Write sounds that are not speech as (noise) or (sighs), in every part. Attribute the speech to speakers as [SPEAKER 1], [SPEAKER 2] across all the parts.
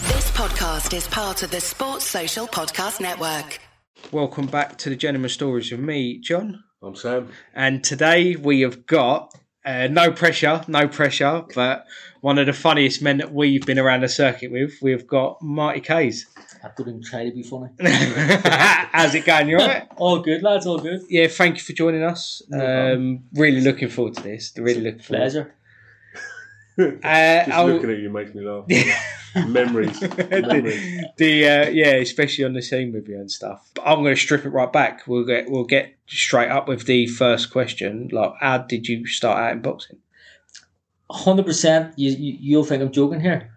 [SPEAKER 1] podcast is part of the Sports Social Podcast Network.
[SPEAKER 2] Welcome back to the Gentleman Stories with me, John.
[SPEAKER 3] I'm
[SPEAKER 4] (laughs)
[SPEAKER 3] Sam.
[SPEAKER 2] And today we have got uh, no pressure, no pressure, but one of the funniest men that we've been around the circuit with. We've got Marty Kays. (laughs)
[SPEAKER 4] I couldn't try to be funny.
[SPEAKER 2] How's it going? You all right?
[SPEAKER 4] all good, lads, all good.
[SPEAKER 2] Yeah, thank you for joining us.
[SPEAKER 4] No
[SPEAKER 2] um, really looking forward to this. Really looking forward.
[SPEAKER 4] Pleasure.
[SPEAKER 2] Uh,
[SPEAKER 3] Just
[SPEAKER 2] I'll-
[SPEAKER 3] looking at you makes me
[SPEAKER 4] (laughs)
[SPEAKER 3] laugh.
[SPEAKER 2] (laughs)
[SPEAKER 3] Memories. Memories.
[SPEAKER 2] the uh, yeah, especially on the scene with you and stuff. But I'm going to strip it right back. We'll get we'll get straight up with the first question. Like, how did you start out in boxing?
[SPEAKER 4] 100%, you, you, you'll think I'm joking here.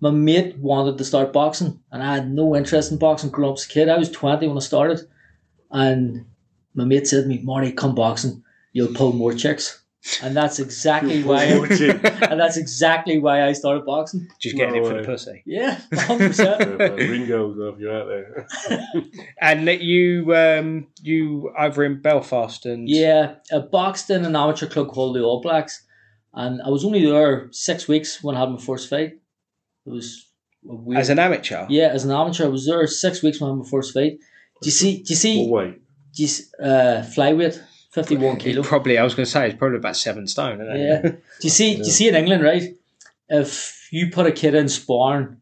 [SPEAKER 4] My mate wanted to start boxing, and I had no interest in boxing growing up as a kid. I was 20 when I started, and my mate said to me, Marty, come boxing, you'll pull more chicks. And that's exactly
[SPEAKER 3] You're
[SPEAKER 4] why.
[SPEAKER 3] watching.
[SPEAKER 4] (laughs) and that's exactly why I started boxing.
[SPEAKER 2] Just getting
[SPEAKER 3] No
[SPEAKER 2] it for the
[SPEAKER 3] way.
[SPEAKER 2] pussy.
[SPEAKER 4] Yeah, 100%.
[SPEAKER 3] Uh, Ringo's if you're out
[SPEAKER 4] (laughs)
[SPEAKER 3] there.
[SPEAKER 2] And that you um you over in Belfast and
[SPEAKER 4] Yeah, I boxed in an amateur club called the All Blacks, and I was only there six weeks when I had my first fight. It was a weird.
[SPEAKER 2] as an amateur.
[SPEAKER 4] yeah, as an amateur, I was there six weeks when I had my first fight. Do you see? Do you
[SPEAKER 3] Well,
[SPEAKER 4] see?
[SPEAKER 3] wait.
[SPEAKER 4] Do you, s- uh, flyweight,
[SPEAKER 2] (laughs)
[SPEAKER 4] fifty-one
[SPEAKER 2] He's
[SPEAKER 4] kilo.
[SPEAKER 2] probably I was going to say it's probably about seven stone. Isn't (laughs)
[SPEAKER 4] Yeah.
[SPEAKER 2] It?
[SPEAKER 4] Do you see? Do you see in England, right? If you put a kid in sparring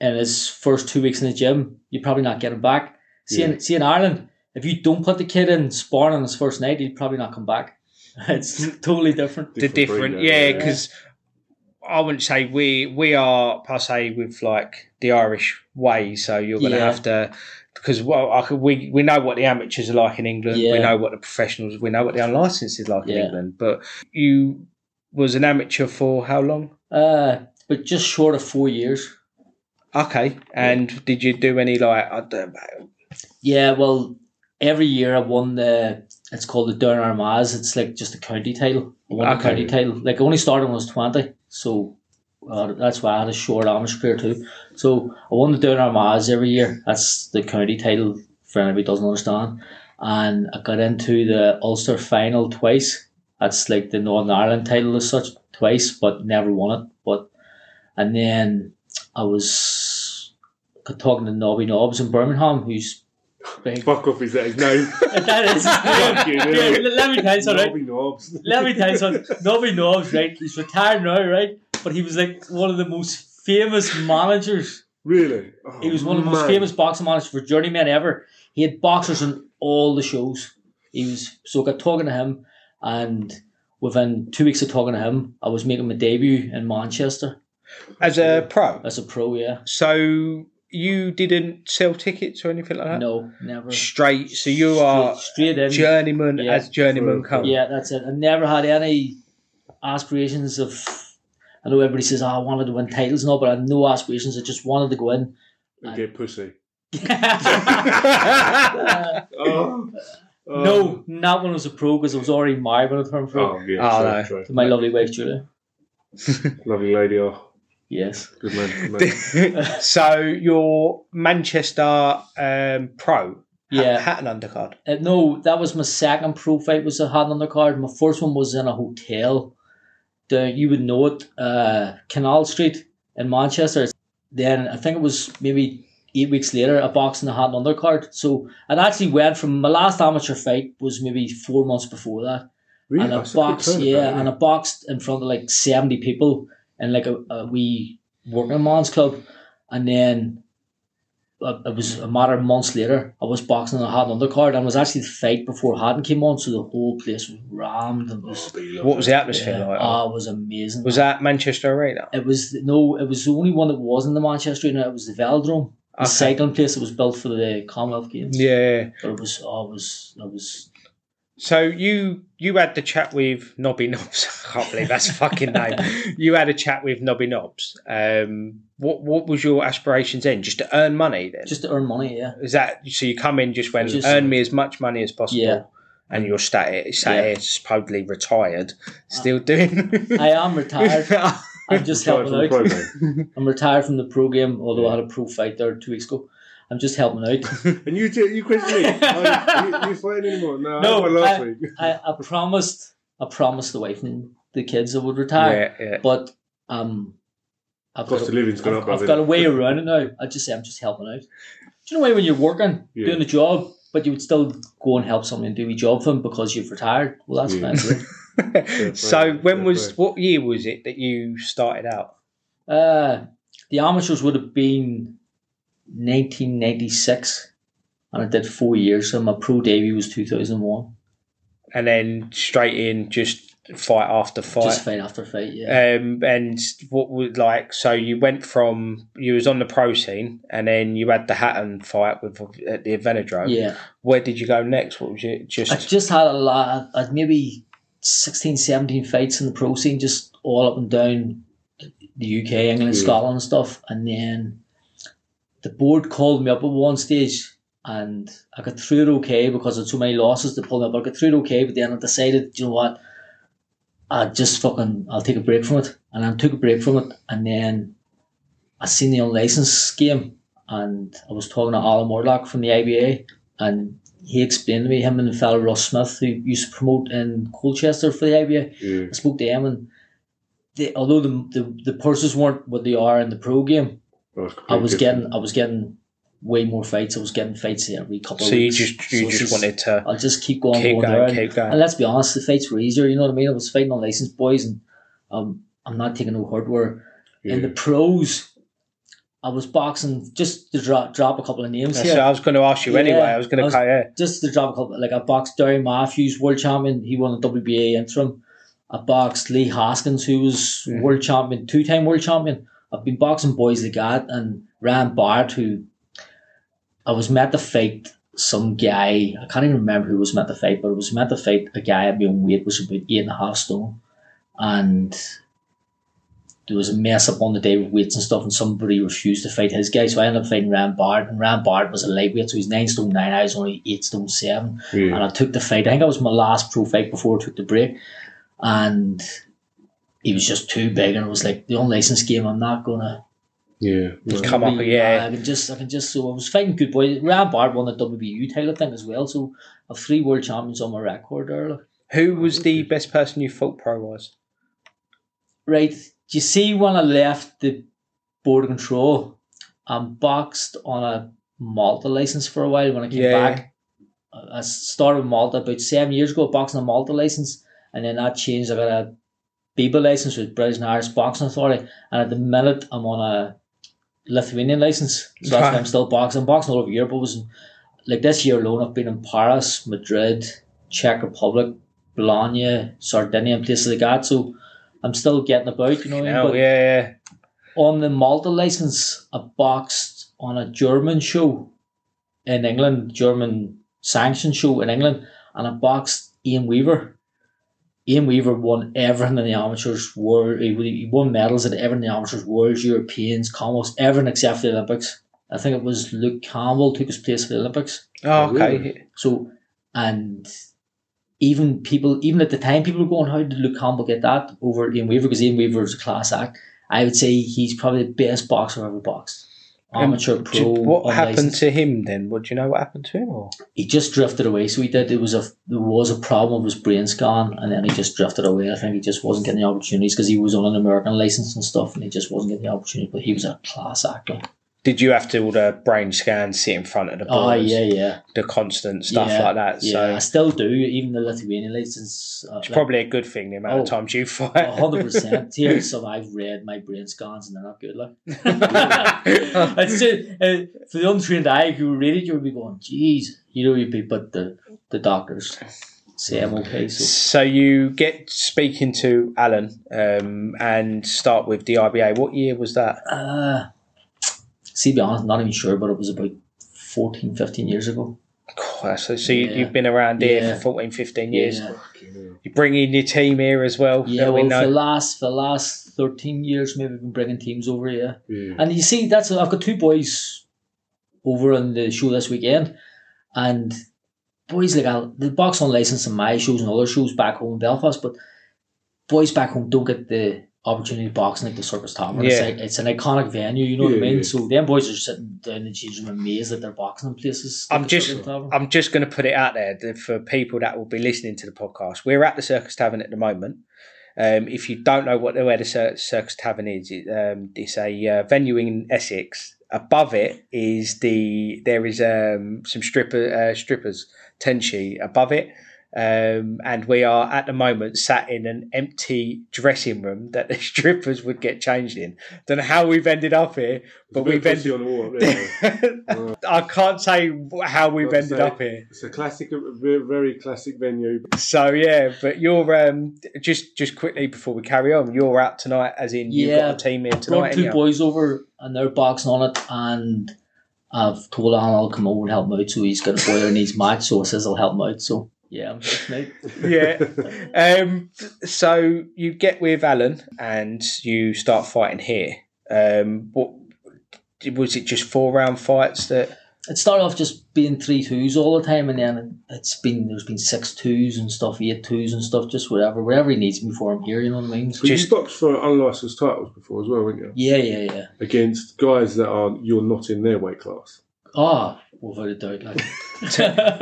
[SPEAKER 4] in his first two weeks in the gym, you're probably not getting back. See, in, see in Ireland, if you don't put the kid in sparring on his first night, he'll probably not come back. (laughs) It's totally different.
[SPEAKER 2] the different,
[SPEAKER 3] breed,
[SPEAKER 2] yeah, because I wouldn't say we we are per se with like the Irish way, so you're gonna
[SPEAKER 4] Yeah.
[SPEAKER 2] have to because well, I could, we we know what the amateurs are like in England, we
[SPEAKER 4] Yeah.
[SPEAKER 2] know what the professionals, we know what the unlicensed is like in
[SPEAKER 4] Yeah.
[SPEAKER 2] England, but you was an amateur for how long?
[SPEAKER 4] Uh, but just short of four years.
[SPEAKER 2] Okay, and did you do any like I don't know,
[SPEAKER 4] Yeah, well, every year I won the. It's called the Down Armaz. It's like just a county title. I won
[SPEAKER 2] Okay.
[SPEAKER 4] the county title. Like I only started when I was twenty, so uh, that's why I had a short amateur career too. So I won the Down Armaz every year. That's the county title for anybody who doesn't understand. And I got into the Ulster final twice. That's like the Northern Ireland title as such twice, but never won it. But and then I was talking to Nobby Nobbs in Birmingham, who's big
[SPEAKER 3] Fuck off, is that his name?
[SPEAKER 4] (laughs) that is.
[SPEAKER 3] Fuck you,
[SPEAKER 4] (laughs) Yeah,
[SPEAKER 3] dude.
[SPEAKER 4] let- let me tell you something. Right?
[SPEAKER 3] Robbie Knobs.
[SPEAKER 4] Let me tell you something. Nobody knows, right? He's retired now, right? But he was like one of the most famous managers.
[SPEAKER 3] Really? Oh,
[SPEAKER 4] He was one of the most
[SPEAKER 3] man.
[SPEAKER 4] famous boxing managers for journeymen ever. He had boxers on all the shows. He was so I got talking to him, and within two weeks of talking to him, I was making my debut in Manchester
[SPEAKER 2] as a pro?
[SPEAKER 4] as a pro. Yeah,
[SPEAKER 2] So you didn't sell tickets or anything like that?
[SPEAKER 4] no, never.
[SPEAKER 2] Straight. Uh, So you are
[SPEAKER 4] straight, straight in.
[SPEAKER 2] journeyman
[SPEAKER 4] Yeah.
[SPEAKER 2] as journeyman
[SPEAKER 3] For-
[SPEAKER 2] comes.
[SPEAKER 4] Yeah, that's it. I never had any aspirations of. I know everybody says, oh, I wanted to win titles and all, but I had no aspirations. I just wanted to
[SPEAKER 2] (laughs)
[SPEAKER 4] go in. (laughs)
[SPEAKER 3] And get pussy.
[SPEAKER 4] Uh,
[SPEAKER 3] Oh, oh.
[SPEAKER 4] no, not when I was a pro because I was already married when I turned pro
[SPEAKER 3] Oh, yeah.
[SPEAKER 2] Oh,
[SPEAKER 3] true,
[SPEAKER 4] to
[SPEAKER 3] true.
[SPEAKER 4] my lovely wife, Julia.
[SPEAKER 3] Lovely lady. Oh,
[SPEAKER 4] Yes.
[SPEAKER 3] good man.
[SPEAKER 4] (laughs)
[SPEAKER 3] Good
[SPEAKER 2] (laughs)
[SPEAKER 3] man.
[SPEAKER 2] so your Manchester um, pro
[SPEAKER 4] Yeah.
[SPEAKER 2] had an undercard.
[SPEAKER 4] Uh, no, that was my second pro fight was I had on the card. My first one was in a hotel. The, you would know it, uh, Canal Street in Manchester. Then I think it was maybe eight weeks later, a box in the hand undercard. So I actually went from my last amateur fight was maybe four months before that.
[SPEAKER 3] Really?
[SPEAKER 4] and I
[SPEAKER 3] That's a good
[SPEAKER 4] boxed,
[SPEAKER 3] turnaround,
[SPEAKER 4] yeah,
[SPEAKER 3] isn't
[SPEAKER 4] and I
[SPEAKER 3] it?
[SPEAKER 4] boxed in front of like 70 people in like a, a wee working man's club. And then uh, it was a matter of months later, I was boxing and I had an undercard and it was actually the fight before Haddon came on, so the whole place was rammed and it was,
[SPEAKER 2] What was the atmosphere
[SPEAKER 4] yeah,
[SPEAKER 2] like?
[SPEAKER 4] ah, it was amazing.
[SPEAKER 2] was that Manchester Arena?
[SPEAKER 4] it was no, it was the only one that was in the Manchester United. It was the Velodrome, the
[SPEAKER 2] Okay.
[SPEAKER 4] cycling place that was built for the Commonwealth Games.
[SPEAKER 2] Yeah.
[SPEAKER 4] but it was, oh, it was, it was,
[SPEAKER 2] So you you had the chat with Nobby Knobs. (laughs) I can't believe that's a fucking
[SPEAKER 4] (laughs)
[SPEAKER 2] name. You had a chat with Nobby Knobs. Um, what what was your aspirations then? Just to earn money then?
[SPEAKER 4] just to earn money, yeah.
[SPEAKER 2] Is that so? You come in just when
[SPEAKER 4] Just-
[SPEAKER 2] earn me as much money as possible,
[SPEAKER 4] Yeah.
[SPEAKER 2] and you're sat, sat
[SPEAKER 4] Yeah.
[SPEAKER 2] here supposedly retired, still doing.
[SPEAKER 4] (laughs) I am
[SPEAKER 2] (laughs)
[SPEAKER 4] retired. I'm just
[SPEAKER 3] Sorry
[SPEAKER 4] helping
[SPEAKER 3] for the
[SPEAKER 4] out.
[SPEAKER 3] program.
[SPEAKER 4] I'm retired from the pro game, although I had a pro fight there two weeks ago. I'm just helping out.
[SPEAKER 3] And you, do- you question me.
[SPEAKER 4] (laughs)
[SPEAKER 3] Are you, you, you fighting anymore? No,
[SPEAKER 4] No,
[SPEAKER 3] I won last
[SPEAKER 4] I-
[SPEAKER 3] week.
[SPEAKER 4] I, I promised, I promised the wife and the kids I would retire,
[SPEAKER 2] yeah, yeah.
[SPEAKER 4] but um, I I've
[SPEAKER 3] Cost
[SPEAKER 4] got
[SPEAKER 3] of
[SPEAKER 4] a-
[SPEAKER 3] living's gone
[SPEAKER 4] I've,
[SPEAKER 3] up. I
[SPEAKER 4] I've
[SPEAKER 3] think.
[SPEAKER 4] got a
[SPEAKER 3] (laughs)
[SPEAKER 4] way around it now. I just say I'm just helping out. Do you know why when you're working,
[SPEAKER 3] Yeah.
[SPEAKER 4] doing a job, but you would still go and help someone and do a job for them because you've retired? Well, that's
[SPEAKER 3] Yeah.
[SPEAKER 4] mental.
[SPEAKER 2] (laughs) so
[SPEAKER 3] play,
[SPEAKER 2] when
[SPEAKER 3] fair
[SPEAKER 2] was
[SPEAKER 3] play.
[SPEAKER 2] what year was it that you started out?
[SPEAKER 3] (laughs)
[SPEAKER 4] uh, the amateurs would have been 1996, and I did four years. So my pro debut was 2001.
[SPEAKER 2] And then straight in, just fight after fight.
[SPEAKER 4] Just fight after fight, yeah.
[SPEAKER 2] um, and what would like so you went from you was on the pro scene and then you had the Hatton fight with at the Avenadrome.
[SPEAKER 4] yeah.
[SPEAKER 2] Where did you go next? What was it?
[SPEAKER 4] I
[SPEAKER 2] uh, Just
[SPEAKER 4] just had a lot, I'd maybe 16, 17 fights in the pro scene, just all up and down the UK, England,
[SPEAKER 3] Yeah.
[SPEAKER 4] Scotland and stuff. And then the board called me up at one stage and I got through it okay because of so many losses to pull me up. I got through it okay, but then I decided, you know what, I just fucking, I'll take a break from it. And I took a break from it and then I seen the unlicensed game and I was talking to Alan Murdoch from the IBA and he explained to me him and the fellow Ross Smith who used to promote in Colchester for the IBA.
[SPEAKER 3] Yeah.
[SPEAKER 4] I spoke to him and they, although the, the the purses weren't what they are in the pro game,
[SPEAKER 3] I was,
[SPEAKER 4] I was
[SPEAKER 3] completely
[SPEAKER 4] getting I was getting way more fights. I was getting fights every couple.
[SPEAKER 2] so
[SPEAKER 4] of
[SPEAKER 2] you
[SPEAKER 4] weeks.
[SPEAKER 2] just you
[SPEAKER 4] So
[SPEAKER 2] just wanted to
[SPEAKER 4] I'll just keep going,
[SPEAKER 2] keep
[SPEAKER 4] going,
[SPEAKER 2] going,
[SPEAKER 4] down.
[SPEAKER 2] keep going.
[SPEAKER 4] And let's be honest, the fights were easier. You know what I mean? I was fighting on licensed boys, and um, I'm not taking no hurt. Where
[SPEAKER 3] Yeah.
[SPEAKER 4] in the pros, I was boxing just to drop drop a couple of names
[SPEAKER 2] That's
[SPEAKER 4] here.
[SPEAKER 2] what I was going to ask you
[SPEAKER 4] Yeah,
[SPEAKER 2] anyway. I was going
[SPEAKER 4] I
[SPEAKER 2] to
[SPEAKER 4] was-
[SPEAKER 2] cut yeah.
[SPEAKER 4] just to drop a couple, like I boxed Derry Matthews, world champion. He won the WBA interim. I boxed Lee Hoskins, who was
[SPEAKER 2] Mhm.
[SPEAKER 4] world champion, two time world champion. I've been boxing boys like that, and Ryan Barrett, who I was meant to fight some guy. I can't even remember who was meant to fight, but I was meant to fight a guy at my own weight, was about eight and a half stone, and there was a mess up on the day with weights and stuff, and somebody refused to fight his guy. So I ended up fighting Rand Barrett, and Rand Barrett was a lightweight, so he's nine stone nine. I was only eight stone seven, and
[SPEAKER 3] Yeah.
[SPEAKER 4] I took the fight. I think that was my last pro fight before I took the break, and he was just too big, and I was like, the unlicensed game. I'm not gonna
[SPEAKER 3] Yeah.
[SPEAKER 4] there's
[SPEAKER 2] Come
[SPEAKER 4] gonna
[SPEAKER 2] up,
[SPEAKER 4] be-
[SPEAKER 2] yeah.
[SPEAKER 4] I can just, I can just. So I was fighting good boys. Rand Barrett won the WBU title thing as well, so I've three world champions on my record early.
[SPEAKER 2] Who was the best person you thought pro was?
[SPEAKER 4] right, do you see when I left the board of control, I'm boxed on a Malta license for a while when I came
[SPEAKER 2] Yeah,
[SPEAKER 4] back. I I started with Malta about seven years ago, boxing on a Malta license, and then that changed. I got a BIBA license with British and Irish Boxing Authority, and at the minute I'm on a Lithuanian license, so that's why I'm still boxing. I'm boxing all over Europe. I was in, like this year alone, I've been in Paris, Madrid, Czech Republic, Bologna, Sardinia, and places like that. So I'm still getting about, you know. what I mean?
[SPEAKER 2] Oh
[SPEAKER 4] But
[SPEAKER 2] yeah, yeah.
[SPEAKER 4] on the Malta license, I boxed on a German show in England, German sanctioned show in England, and I boxed Ian Weaver. Ian Weaver won everything in the amateurs world. He he won medals at everything in the amateurs worlds, Europeans, Commonwealths, everything except for the Olympics. I think it was Luke Campbell took his place for the Olympics.
[SPEAKER 2] Oh, okay.
[SPEAKER 3] Really?
[SPEAKER 4] So, and even people, even at the time, people were going, "How did Luke Campbell get that over Ian Weaver?" Because Ian Weaver is a class act. I would say he's probably the best boxer I've ever boxed.
[SPEAKER 2] Um,
[SPEAKER 4] Amateur,
[SPEAKER 2] Did-
[SPEAKER 4] pro,
[SPEAKER 2] what
[SPEAKER 4] unlicensed.
[SPEAKER 2] happened to him then? What do you know? What happened to him? Or
[SPEAKER 4] He just drifted away. So he did. It was a there was a problem with his brain scan, and then he just drifted away. I think he just wasn't getting the opportunities because he was on an American license and stuff, and he just wasn't getting the opportunity. But he was a class actor.
[SPEAKER 2] did you have to all the brain scans, sit in front of the
[SPEAKER 4] Oh
[SPEAKER 2] boys,
[SPEAKER 4] yeah, yeah,
[SPEAKER 2] the constant stuff
[SPEAKER 4] Yeah,
[SPEAKER 2] like that? So
[SPEAKER 4] yeah. I still do. Even the Lithuanian license. uh,
[SPEAKER 2] it's
[SPEAKER 4] like-
[SPEAKER 2] probably a good thing the amount of
[SPEAKER 4] Oh.
[SPEAKER 2] times you fight.
[SPEAKER 4] A hundred percent. Here, some I've read my brain scans and they're not good. Like it's just, uh, for the untrained eye, if you read it, you would be going, "Jeez," you know, you'd be. But the the doctors say I'm okay. So
[SPEAKER 2] so you get speaking to Alan um, and start with the IBA. What year was that?
[SPEAKER 4] uh, see, be honest, I'm not even sure, but it was about 14, 15 years ago.
[SPEAKER 2] God, So, so you,
[SPEAKER 4] Yeah.
[SPEAKER 2] you've been around here
[SPEAKER 4] Yeah.
[SPEAKER 2] for 14, 15 years.
[SPEAKER 4] Yeah.
[SPEAKER 3] Fucking hell.
[SPEAKER 2] You bring in your team here as well.
[SPEAKER 4] Yeah,
[SPEAKER 2] that we
[SPEAKER 4] well,
[SPEAKER 2] know.
[SPEAKER 4] for the last for the last thirteen years, maybe I've been bringing teams over. Yeah.
[SPEAKER 2] Mm.
[SPEAKER 3] Yeah.
[SPEAKER 4] And you see, that's I've got two boys over on the show this weekend, and boys like I'll- the box on license in my shows and other shows back home in Belfast, but boys back home don't get the opportunity to box in like the Circus Tavern. It's,
[SPEAKER 2] Yeah.
[SPEAKER 4] like, it's an iconic venue, you know what I
[SPEAKER 3] Yeah,
[SPEAKER 4] mean?
[SPEAKER 3] yeah.
[SPEAKER 4] So them boys are sitting down in the changing room amazed that they're boxing in places. like
[SPEAKER 2] I'm
[SPEAKER 4] the
[SPEAKER 2] just-
[SPEAKER 4] Circus Tavern.
[SPEAKER 2] I'm just going to put it out there that for people that will be listening to the podcast. We're at the Circus Tavern at the moment. Um, if you don't know what where the Cir- Circus Tavern is, it, um, it's a uh, venue in Essex. Above it is the there is um, some stripper uh, strippers tenchi above it, um, and we are at the moment sat in an empty dressing room that the (laughs) strippers would get changed in. Don't know how we've ended up here, but
[SPEAKER 3] There's a
[SPEAKER 2] we've
[SPEAKER 3] bit of
[SPEAKER 2] ended.
[SPEAKER 3] pussy on the wall up there.
[SPEAKER 2] I can't say how we've
[SPEAKER 3] Gotta
[SPEAKER 2] ended
[SPEAKER 3] say.
[SPEAKER 2] up here.
[SPEAKER 3] (laughs) It's a classic, a ve- very classic venue.
[SPEAKER 2] So yeah, but you're um, just just quickly before we carry on, you're out tonight, as in you've
[SPEAKER 4] Yeah.
[SPEAKER 2] got a team here tonight.
[SPEAKER 4] Brought two
[SPEAKER 2] ain't you?
[SPEAKER 4] boys (laughs) over and they're boxing on it, and I've told Alan I'll come over and help him out. So he's got a boy in his match, so I says I'll help him out. So yeah, I'm just mate.
[SPEAKER 2] (laughs) Yeah. Um, so you get with Alan and you start fighting here. Um, what was it? Just four round fights
[SPEAKER 4] (laughs)
[SPEAKER 2] that
[SPEAKER 4] It started off just being three twos all the time, and then it's been there's been six twos and stuff, eight twos and stuff, just whatever, whatever he needs me for. I'm here, you know what I mean?
[SPEAKER 3] But you
[SPEAKER 2] Just-
[SPEAKER 3] boxed for unlicensed titles before as well, weren't you?
[SPEAKER 4] Yeah, yeah, yeah.
[SPEAKER 3] Against guys that are you're not in their weight class.
[SPEAKER 4] Ah, without a doubt, like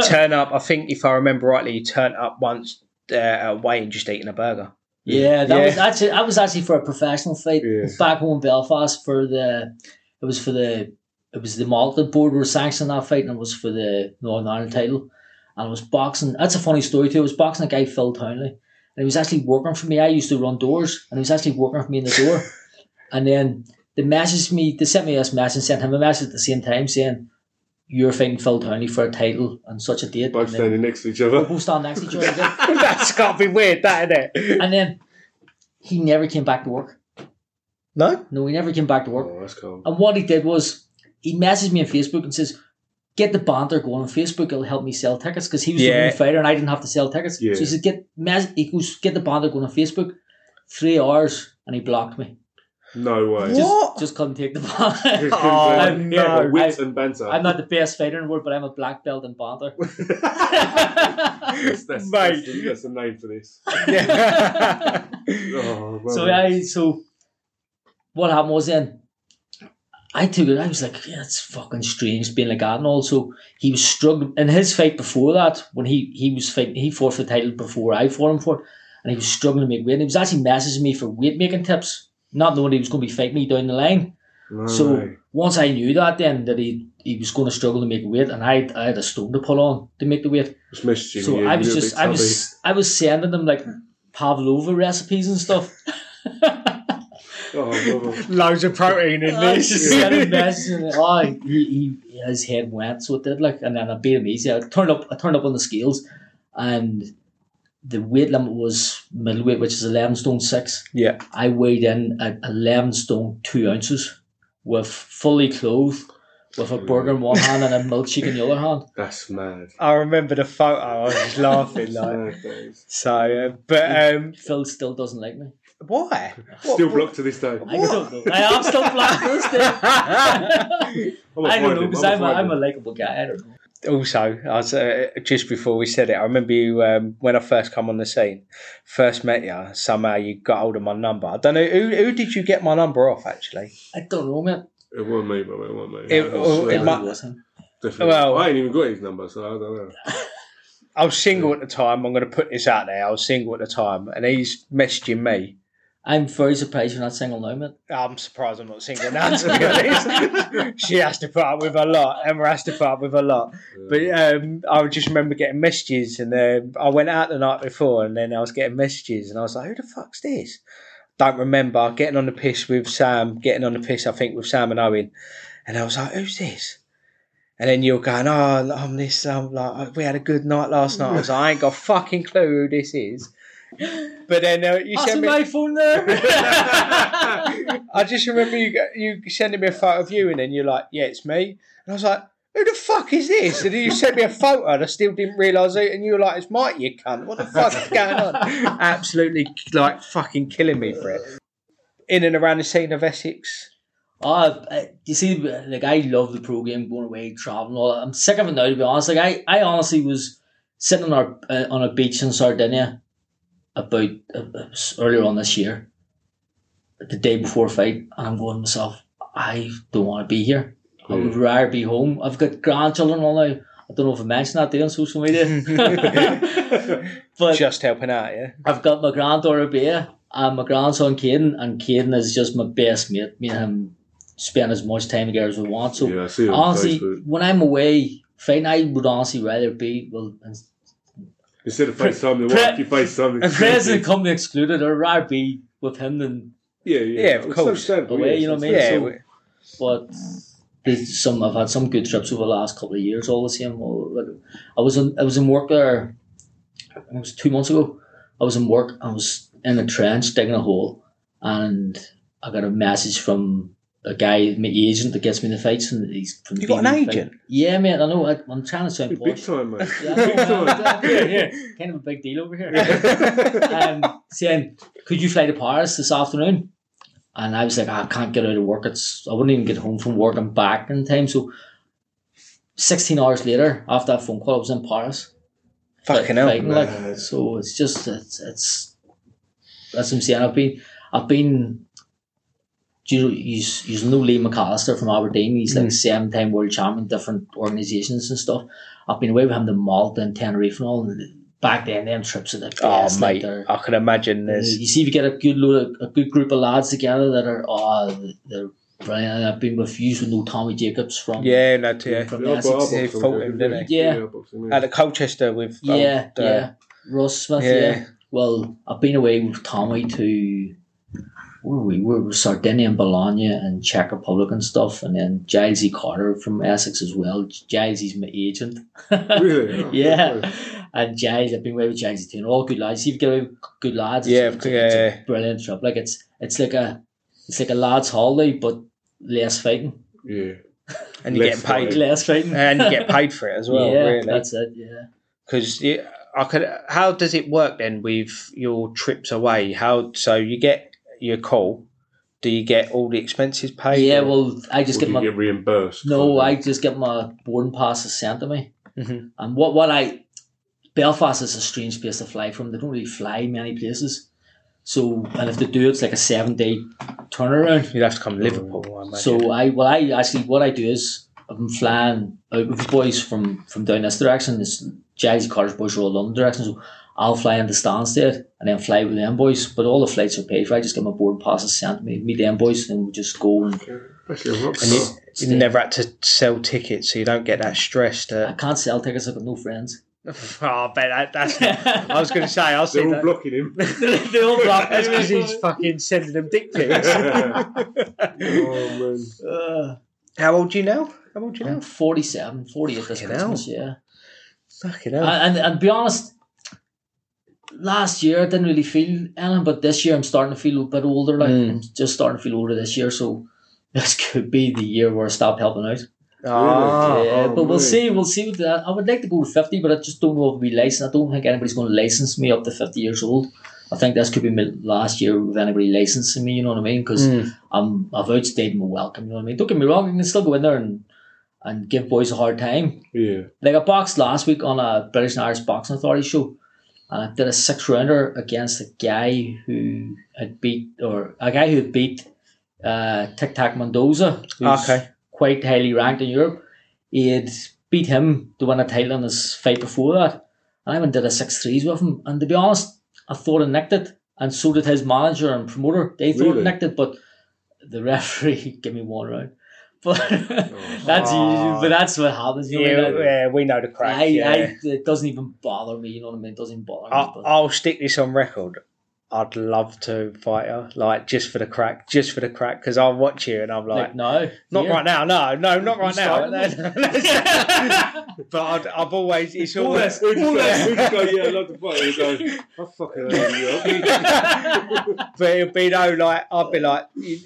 [SPEAKER 2] (laughs) turn up. I think if I remember rightly, you turned up once uh, away and just eating a burger. (laughs)
[SPEAKER 4] Yeah, that
[SPEAKER 2] Yeah.
[SPEAKER 4] was actually that was actually for a professional fight
[SPEAKER 3] Yeah.
[SPEAKER 4] back home in Belfast for the it was for the it was the Malta board were sanctioning that fight and it was for the Northern Ireland title. And I was boxing that's a funny story too. I was boxing a guy Phil Townley and he was actually working for me. I used to run doors and he was actually working for me in the door. and then they messaged me they sent me this message and sent him a message at the same time saying, You're fighting Phil Townley for a title on such a date.
[SPEAKER 3] Both
[SPEAKER 4] and then,
[SPEAKER 3] standing next to each
[SPEAKER 4] we
[SPEAKER 3] other.
[SPEAKER 4] both stand next to each other.
[SPEAKER 2] That's got to be weird, that isn't it?
[SPEAKER 4] and then he never came back to work.
[SPEAKER 2] No.
[SPEAKER 4] No, he never came back to work.
[SPEAKER 3] Oh, that's calm.
[SPEAKER 4] And what he did was he messaged me on Facebook and says, "Get the banter going on Facebook. It'll help me sell tickets because he was the
[SPEAKER 2] Yeah.
[SPEAKER 4] only fighter and I didn't have to sell tickets."
[SPEAKER 3] Yeah.
[SPEAKER 4] So he said, "Get mes- he goes, get the banter going on Facebook." Three hours and he blocked me.
[SPEAKER 3] No way.
[SPEAKER 2] What?
[SPEAKER 4] Just couldn't take the
[SPEAKER 3] Just
[SPEAKER 4] banter.
[SPEAKER 3] (laughs) couldn't
[SPEAKER 2] Oh,
[SPEAKER 3] say-
[SPEAKER 4] no.
[SPEAKER 3] yeah, but wits
[SPEAKER 4] I-
[SPEAKER 3] and banter. (laughs)
[SPEAKER 4] I'm not the best fighter in the world, but I'm a black belt in banter. (laughs)
[SPEAKER 3] that's, that's,
[SPEAKER 2] Mate.
[SPEAKER 3] that's, the, that's the name for this.
[SPEAKER 2] (laughs)
[SPEAKER 4] (laughs)
[SPEAKER 2] Yeah.
[SPEAKER 3] Oh, well,
[SPEAKER 4] so I so what happened was then I took it. I was like, yeah, it's fucking strange being like that. And also, he was struggling in his fight before that when he he was fighting. He fought for the title before I fought him for, it, and he was struggling to make weight. And he was actually messaging me for weight making tips, not knowing he was going to be fighting me down the line.
[SPEAKER 3] no
[SPEAKER 4] so
[SPEAKER 3] way.
[SPEAKER 4] once I knew that, then that he he was going to struggle to make weight, and I I had a stone to pull on to make the weight.
[SPEAKER 3] just messaging
[SPEAKER 4] So
[SPEAKER 3] you,
[SPEAKER 4] I was
[SPEAKER 3] you're a
[SPEAKER 4] just
[SPEAKER 3] bit
[SPEAKER 4] I was I was sending them like Pavlova recipes
[SPEAKER 3] (laughs)
[SPEAKER 4] and stuff.
[SPEAKER 3] tubby. Oh, well, well.
[SPEAKER 2] Loads of protein in
[SPEAKER 4] I
[SPEAKER 2] this.
[SPEAKER 4] was
[SPEAKER 2] (laughs)
[SPEAKER 4] just sending messages and oh, he, he, his head went so it did like and then I beat him easy. I turned up I turned up on the scales and the weight limit was middleweight, which is eleven stone six.
[SPEAKER 2] Yeah.
[SPEAKER 4] I weighed in at eleven stone two ounces with fully clothed with a burger in one
[SPEAKER 3] (laughs)
[SPEAKER 4] hand and a milkshake in the other hand.
[SPEAKER 3] That's mad.
[SPEAKER 2] I remember the photo. I was
[SPEAKER 5] (laughs)
[SPEAKER 2] just laughing.
[SPEAKER 3] That's
[SPEAKER 2] Like,
[SPEAKER 3] mad, days.
[SPEAKER 2] so, uh, but um,
[SPEAKER 4] Phil still doesn't like me.
[SPEAKER 2] why?
[SPEAKER 3] Still blocked to this day.
[SPEAKER 4] I don't know. I am still black those
[SPEAKER 3] (laughs)
[SPEAKER 4] days.
[SPEAKER 3] I'm
[SPEAKER 4] I don't know
[SPEAKER 3] offended,
[SPEAKER 4] because I'm, a,
[SPEAKER 3] offended.
[SPEAKER 4] I'm a likable guy. I don't know.
[SPEAKER 2] (laughs) also, I was, uh, just before we said it, I remember you um, when I first come on the scene, first met you. Somehow you got hold of my number. I don't know who, who did you get my number off actually.
[SPEAKER 4] I don't know, man.
[SPEAKER 3] It wasn't me, bro. It wasn't me.
[SPEAKER 2] It- oh, it
[SPEAKER 4] Yeah,
[SPEAKER 2] might-
[SPEAKER 4] it was him.
[SPEAKER 3] Definitely.
[SPEAKER 2] well-
[SPEAKER 3] I ain't even got his number, so I don't
[SPEAKER 4] (laughs)
[SPEAKER 3] know.
[SPEAKER 2] I was single at the time. I'm going to put this out there. I was single at the time, and he's messaging me.
[SPEAKER 4] I'm very surprised you're not single now, mate.
[SPEAKER 2] I'm surprised I'm not single now. To be honest, (laughs) she has to put up with a lot. Emma has to put up with a lot. But um, I just remember getting messages, and uh, I went out the night before, and then I was getting messages, and I was like, "Who the fuck's this?" Don't remember getting on the piss with Sam, getting on the piss, I think, with Sam and Owen, and I was like, "Who's this?" And then you're going, "Oh, I'm this. I'm like, we had a good night last night." I was like, "I ain't got a fucking clue who this is." But then uh,
[SPEAKER 4] Ah,
[SPEAKER 2] you sent me.
[SPEAKER 4] phone there. (laughs)
[SPEAKER 2] I just remember you you sending me a photo of you, and then you're like, "Yeah, it's me," and I was like, "Who the fuck is this?" And then you sent me a photo, and I still didn't realise it. And you were like, "It's Mike, you cunt! What the fuck is going on?" (laughs) Absolutely, like fucking killing me for it. In and around the scene of Essex,
[SPEAKER 4] Ah, I- you see, like I love the program, going away, traveling, all. that. I'm sick of it now, to be honest. Like I, I honestly was sitting on our uh, on a beach in Sardinia about uh, uh, earlier on this year, the day before fight, and I'm going to myself, I don't want to be here. I would rather be home. I've got grandchildren all now. I don't know if I mentioned that day on social media, (laughs) but
[SPEAKER 2] just helping out, yeah.
[SPEAKER 4] I've got my granddaughter Bea, and my grandson Caden, and Caden is just my best mate. Me and him spend as much time together as we want. So
[SPEAKER 5] yeah, I see it. on
[SPEAKER 4] honestly,
[SPEAKER 5] Facebook.
[SPEAKER 4] when I'm away fighting, I would honestly rather be well. and-
[SPEAKER 5] Instead of fight something,
[SPEAKER 4] pre-
[SPEAKER 5] why don't you fight something?
[SPEAKER 4] And friends and company excluded, I'd rather be with him than.
[SPEAKER 5] Yeah,
[SPEAKER 2] Yeah, of
[SPEAKER 5] It's
[SPEAKER 2] course.
[SPEAKER 5] understandable,
[SPEAKER 4] Away,
[SPEAKER 5] yes,
[SPEAKER 4] you know what I mean?
[SPEAKER 2] Yeah,
[SPEAKER 4] So-
[SPEAKER 2] we-
[SPEAKER 4] But there's some I've had some good trips over the last couple of years. All the same, Well, I was in I was in work there. It was two months ago. I was in work. I was in a trench digging a hole, and I got a message from a guy, my agent, that gets me the fights, and he's from
[SPEAKER 2] You got an
[SPEAKER 4] BB Fight.
[SPEAKER 2] agent?
[SPEAKER 4] Yeah, mate. I know. I, I'm trying to sound
[SPEAKER 5] Big-
[SPEAKER 4] posh.
[SPEAKER 5] Big time, man.
[SPEAKER 4] Yeah, I know, man. Yeah, yeah. Kind of a big deal over here. um, saying, could you fly to Paris this afternoon? And I was like, "Ah, I can't get out of work. It's I wouldn't even get home from work. I'm back in time. So, 16 hours later, after that phone call, I was in Paris.
[SPEAKER 2] (laughs) fucking
[SPEAKER 4] like,
[SPEAKER 2] hell.
[SPEAKER 4] fighting, like, so it's just it's, it's that's what I'm saying. I've been I've been. do You you you know Lee McAllister from Aberdeen. He's
[SPEAKER 2] Mm.
[SPEAKER 4] like seven time world champion, different organisations and stuff. I've been away with him to Malta and Tenerife and all. And back then, them trips are the best.
[SPEAKER 2] Oh,
[SPEAKER 4] like,
[SPEAKER 2] mate,
[SPEAKER 4] they're-
[SPEAKER 2] I can imagine there's.
[SPEAKER 4] you see, if you get a good load, of, a good group of lads together that are oh, they're brilliant. And I've been with you with no Tommy Jacobs from
[SPEAKER 2] Yeah, no, t- yeah.
[SPEAKER 4] from
[SPEAKER 5] Yeah, but
[SPEAKER 4] Essex.
[SPEAKER 5] I'll
[SPEAKER 2] They
[SPEAKER 5] box him,
[SPEAKER 2] fought
[SPEAKER 5] yeah.
[SPEAKER 2] him, didn't
[SPEAKER 4] they? Yeah.
[SPEAKER 5] I'll box him, yeah.
[SPEAKER 2] Out of Colchester with. old,
[SPEAKER 4] Yeah,
[SPEAKER 2] uh,
[SPEAKER 4] yeah. Ross Smith,
[SPEAKER 2] yeah.
[SPEAKER 4] yeah. Well, I've been away with Tommy to where were we? We were Sardinia and Bologna and Czech Republic and stuff, and then Giles E. Carter from Essex as well. Giles, he's my agent.
[SPEAKER 5] (laughs) Really? Oh,
[SPEAKER 4] (laughs)
[SPEAKER 2] (laughs)
[SPEAKER 4] yeah. And Giles, I've been away with Giles too, and all good lads. You've got away with good lads.
[SPEAKER 2] Yeah, of
[SPEAKER 4] it's,
[SPEAKER 2] course,
[SPEAKER 4] it's
[SPEAKER 2] yeah.
[SPEAKER 4] a brilliant trip. Like it's it's like a it's like a lads' holiday, but less fighting, (laughs)
[SPEAKER 5] Yeah.
[SPEAKER 2] And you're
[SPEAKER 5] Less
[SPEAKER 2] getting paid.
[SPEAKER 5] fighting.
[SPEAKER 4] less fighting,
[SPEAKER 2] and you
[SPEAKER 4] (laughs)
[SPEAKER 2] get paid for it as well,
[SPEAKER 4] yeah,
[SPEAKER 2] really.
[SPEAKER 4] that's it. Yeah.
[SPEAKER 2] Because I could. How does it work then with your trips away? How so you get your call? Do you get all the expenses paid?
[SPEAKER 4] Yeah.
[SPEAKER 2] or-
[SPEAKER 4] Well, I just
[SPEAKER 5] Or
[SPEAKER 4] get
[SPEAKER 5] you
[SPEAKER 4] my
[SPEAKER 5] get reimbursed.
[SPEAKER 4] No,
[SPEAKER 5] for
[SPEAKER 4] I
[SPEAKER 5] that.
[SPEAKER 4] just get my boarding passes sent to me.
[SPEAKER 2] Mhm.
[SPEAKER 4] And what what I Belfast is a strange place to fly from. They don't really fly many places. So and if they do, it's like a seven day turnaround.
[SPEAKER 2] you'd have to come to Liverpool. I imagine.
[SPEAKER 4] So I well I actually what I do is I'm flying out with the boys from from down this direction. It's Jazzy Cottage boys are all London direction. So I'll fly into Stansted and then fly with them boys. But all the flights are paid for. I just get my boarding passes sent to me, meet them boys, and we just go and
[SPEAKER 5] Actually, I'm not
[SPEAKER 2] And you,
[SPEAKER 5] sure.
[SPEAKER 2] you never had to sell tickets, so you don't get that stressed.
[SPEAKER 4] I (laughs)
[SPEAKER 2] Uh,
[SPEAKER 4] can't sell tickets. I've got no friends.
[SPEAKER 2] (laughs) oh, I bet that, that's. I was going to say, I'll see
[SPEAKER 5] They're all
[SPEAKER 2] that.
[SPEAKER 5] blocking him.
[SPEAKER 2] (laughs) they all blocked. That's because he's fucking sending them dick
[SPEAKER 3] (laughs)
[SPEAKER 5] (laughs)
[SPEAKER 2] pics.
[SPEAKER 4] (laughs)
[SPEAKER 5] oh, man.
[SPEAKER 2] How old you now? How old you
[SPEAKER 4] I'm
[SPEAKER 2] now?
[SPEAKER 4] 47, 48 this
[SPEAKER 2] Fucking
[SPEAKER 4] Christmas, yeah.
[SPEAKER 2] Fucking hell.
[SPEAKER 4] Uh, And, and, and be honest, last year I didn't really feel anything, but this year I'm starting to feel a bit older. Like,
[SPEAKER 2] Mm.
[SPEAKER 4] I'm just starting to feel older this year, so (laughs) this could be the year where I stop helping out.
[SPEAKER 2] Ah,
[SPEAKER 4] yeah, but we'll
[SPEAKER 5] really?
[SPEAKER 4] see, we'll see. With that. I would like to go to 50, but I just don't know if I'll be licensed. I don't think anybody's going to license me up to 50 years old. I think this could be my last year with anybody licensing me, you know what I mean? Because
[SPEAKER 2] Mm.
[SPEAKER 4] I'm I've outstayed my welcome. You know what I mean? Don't get me wrong, I can still go in there and and give boys a hard time.
[SPEAKER 5] Yeah.
[SPEAKER 4] Like I boxed last week on a British and Irish Boxing Authority show, and I did a six rounder against a guy who had beat or a guy who had beat uh, Tic Tac Mendoza, who's
[SPEAKER 2] Okay.
[SPEAKER 4] quite highly ranked in Europe. He had beat him to win a title in his fight before that, and I went and did a six threes with him. And to be honest, I thought I nicked it, and so did his manager and promoter. They thought
[SPEAKER 5] Really?
[SPEAKER 4] I nicked it, but the (laughs) referee gave me one round. (laughs) But that's
[SPEAKER 2] Aw.
[SPEAKER 4] but that's what happens. You know,
[SPEAKER 2] yeah,
[SPEAKER 4] like-
[SPEAKER 2] yeah, we know the crack.
[SPEAKER 4] I,
[SPEAKER 2] yeah.
[SPEAKER 4] I, it doesn't even bother me. You know what I mean? It doesn't even bother me.
[SPEAKER 2] I'll,
[SPEAKER 4] But
[SPEAKER 2] I'll stick this on record. I'd love to fight her, like just for the crack, just for the crack, because I'll watch you and I'm like,
[SPEAKER 4] like, no,
[SPEAKER 2] not
[SPEAKER 4] here.
[SPEAKER 2] right now, no, no, not right now.
[SPEAKER 4] starting
[SPEAKER 2] (laughs) but I'd, I've always, it's
[SPEAKER 5] All
[SPEAKER 2] always,
[SPEAKER 5] that. We just
[SPEAKER 3] (laughs)
[SPEAKER 5] go, yeah, I love the fight. We go, I fucking love you.
[SPEAKER 2] but it'd be no, like, I'd be like, you-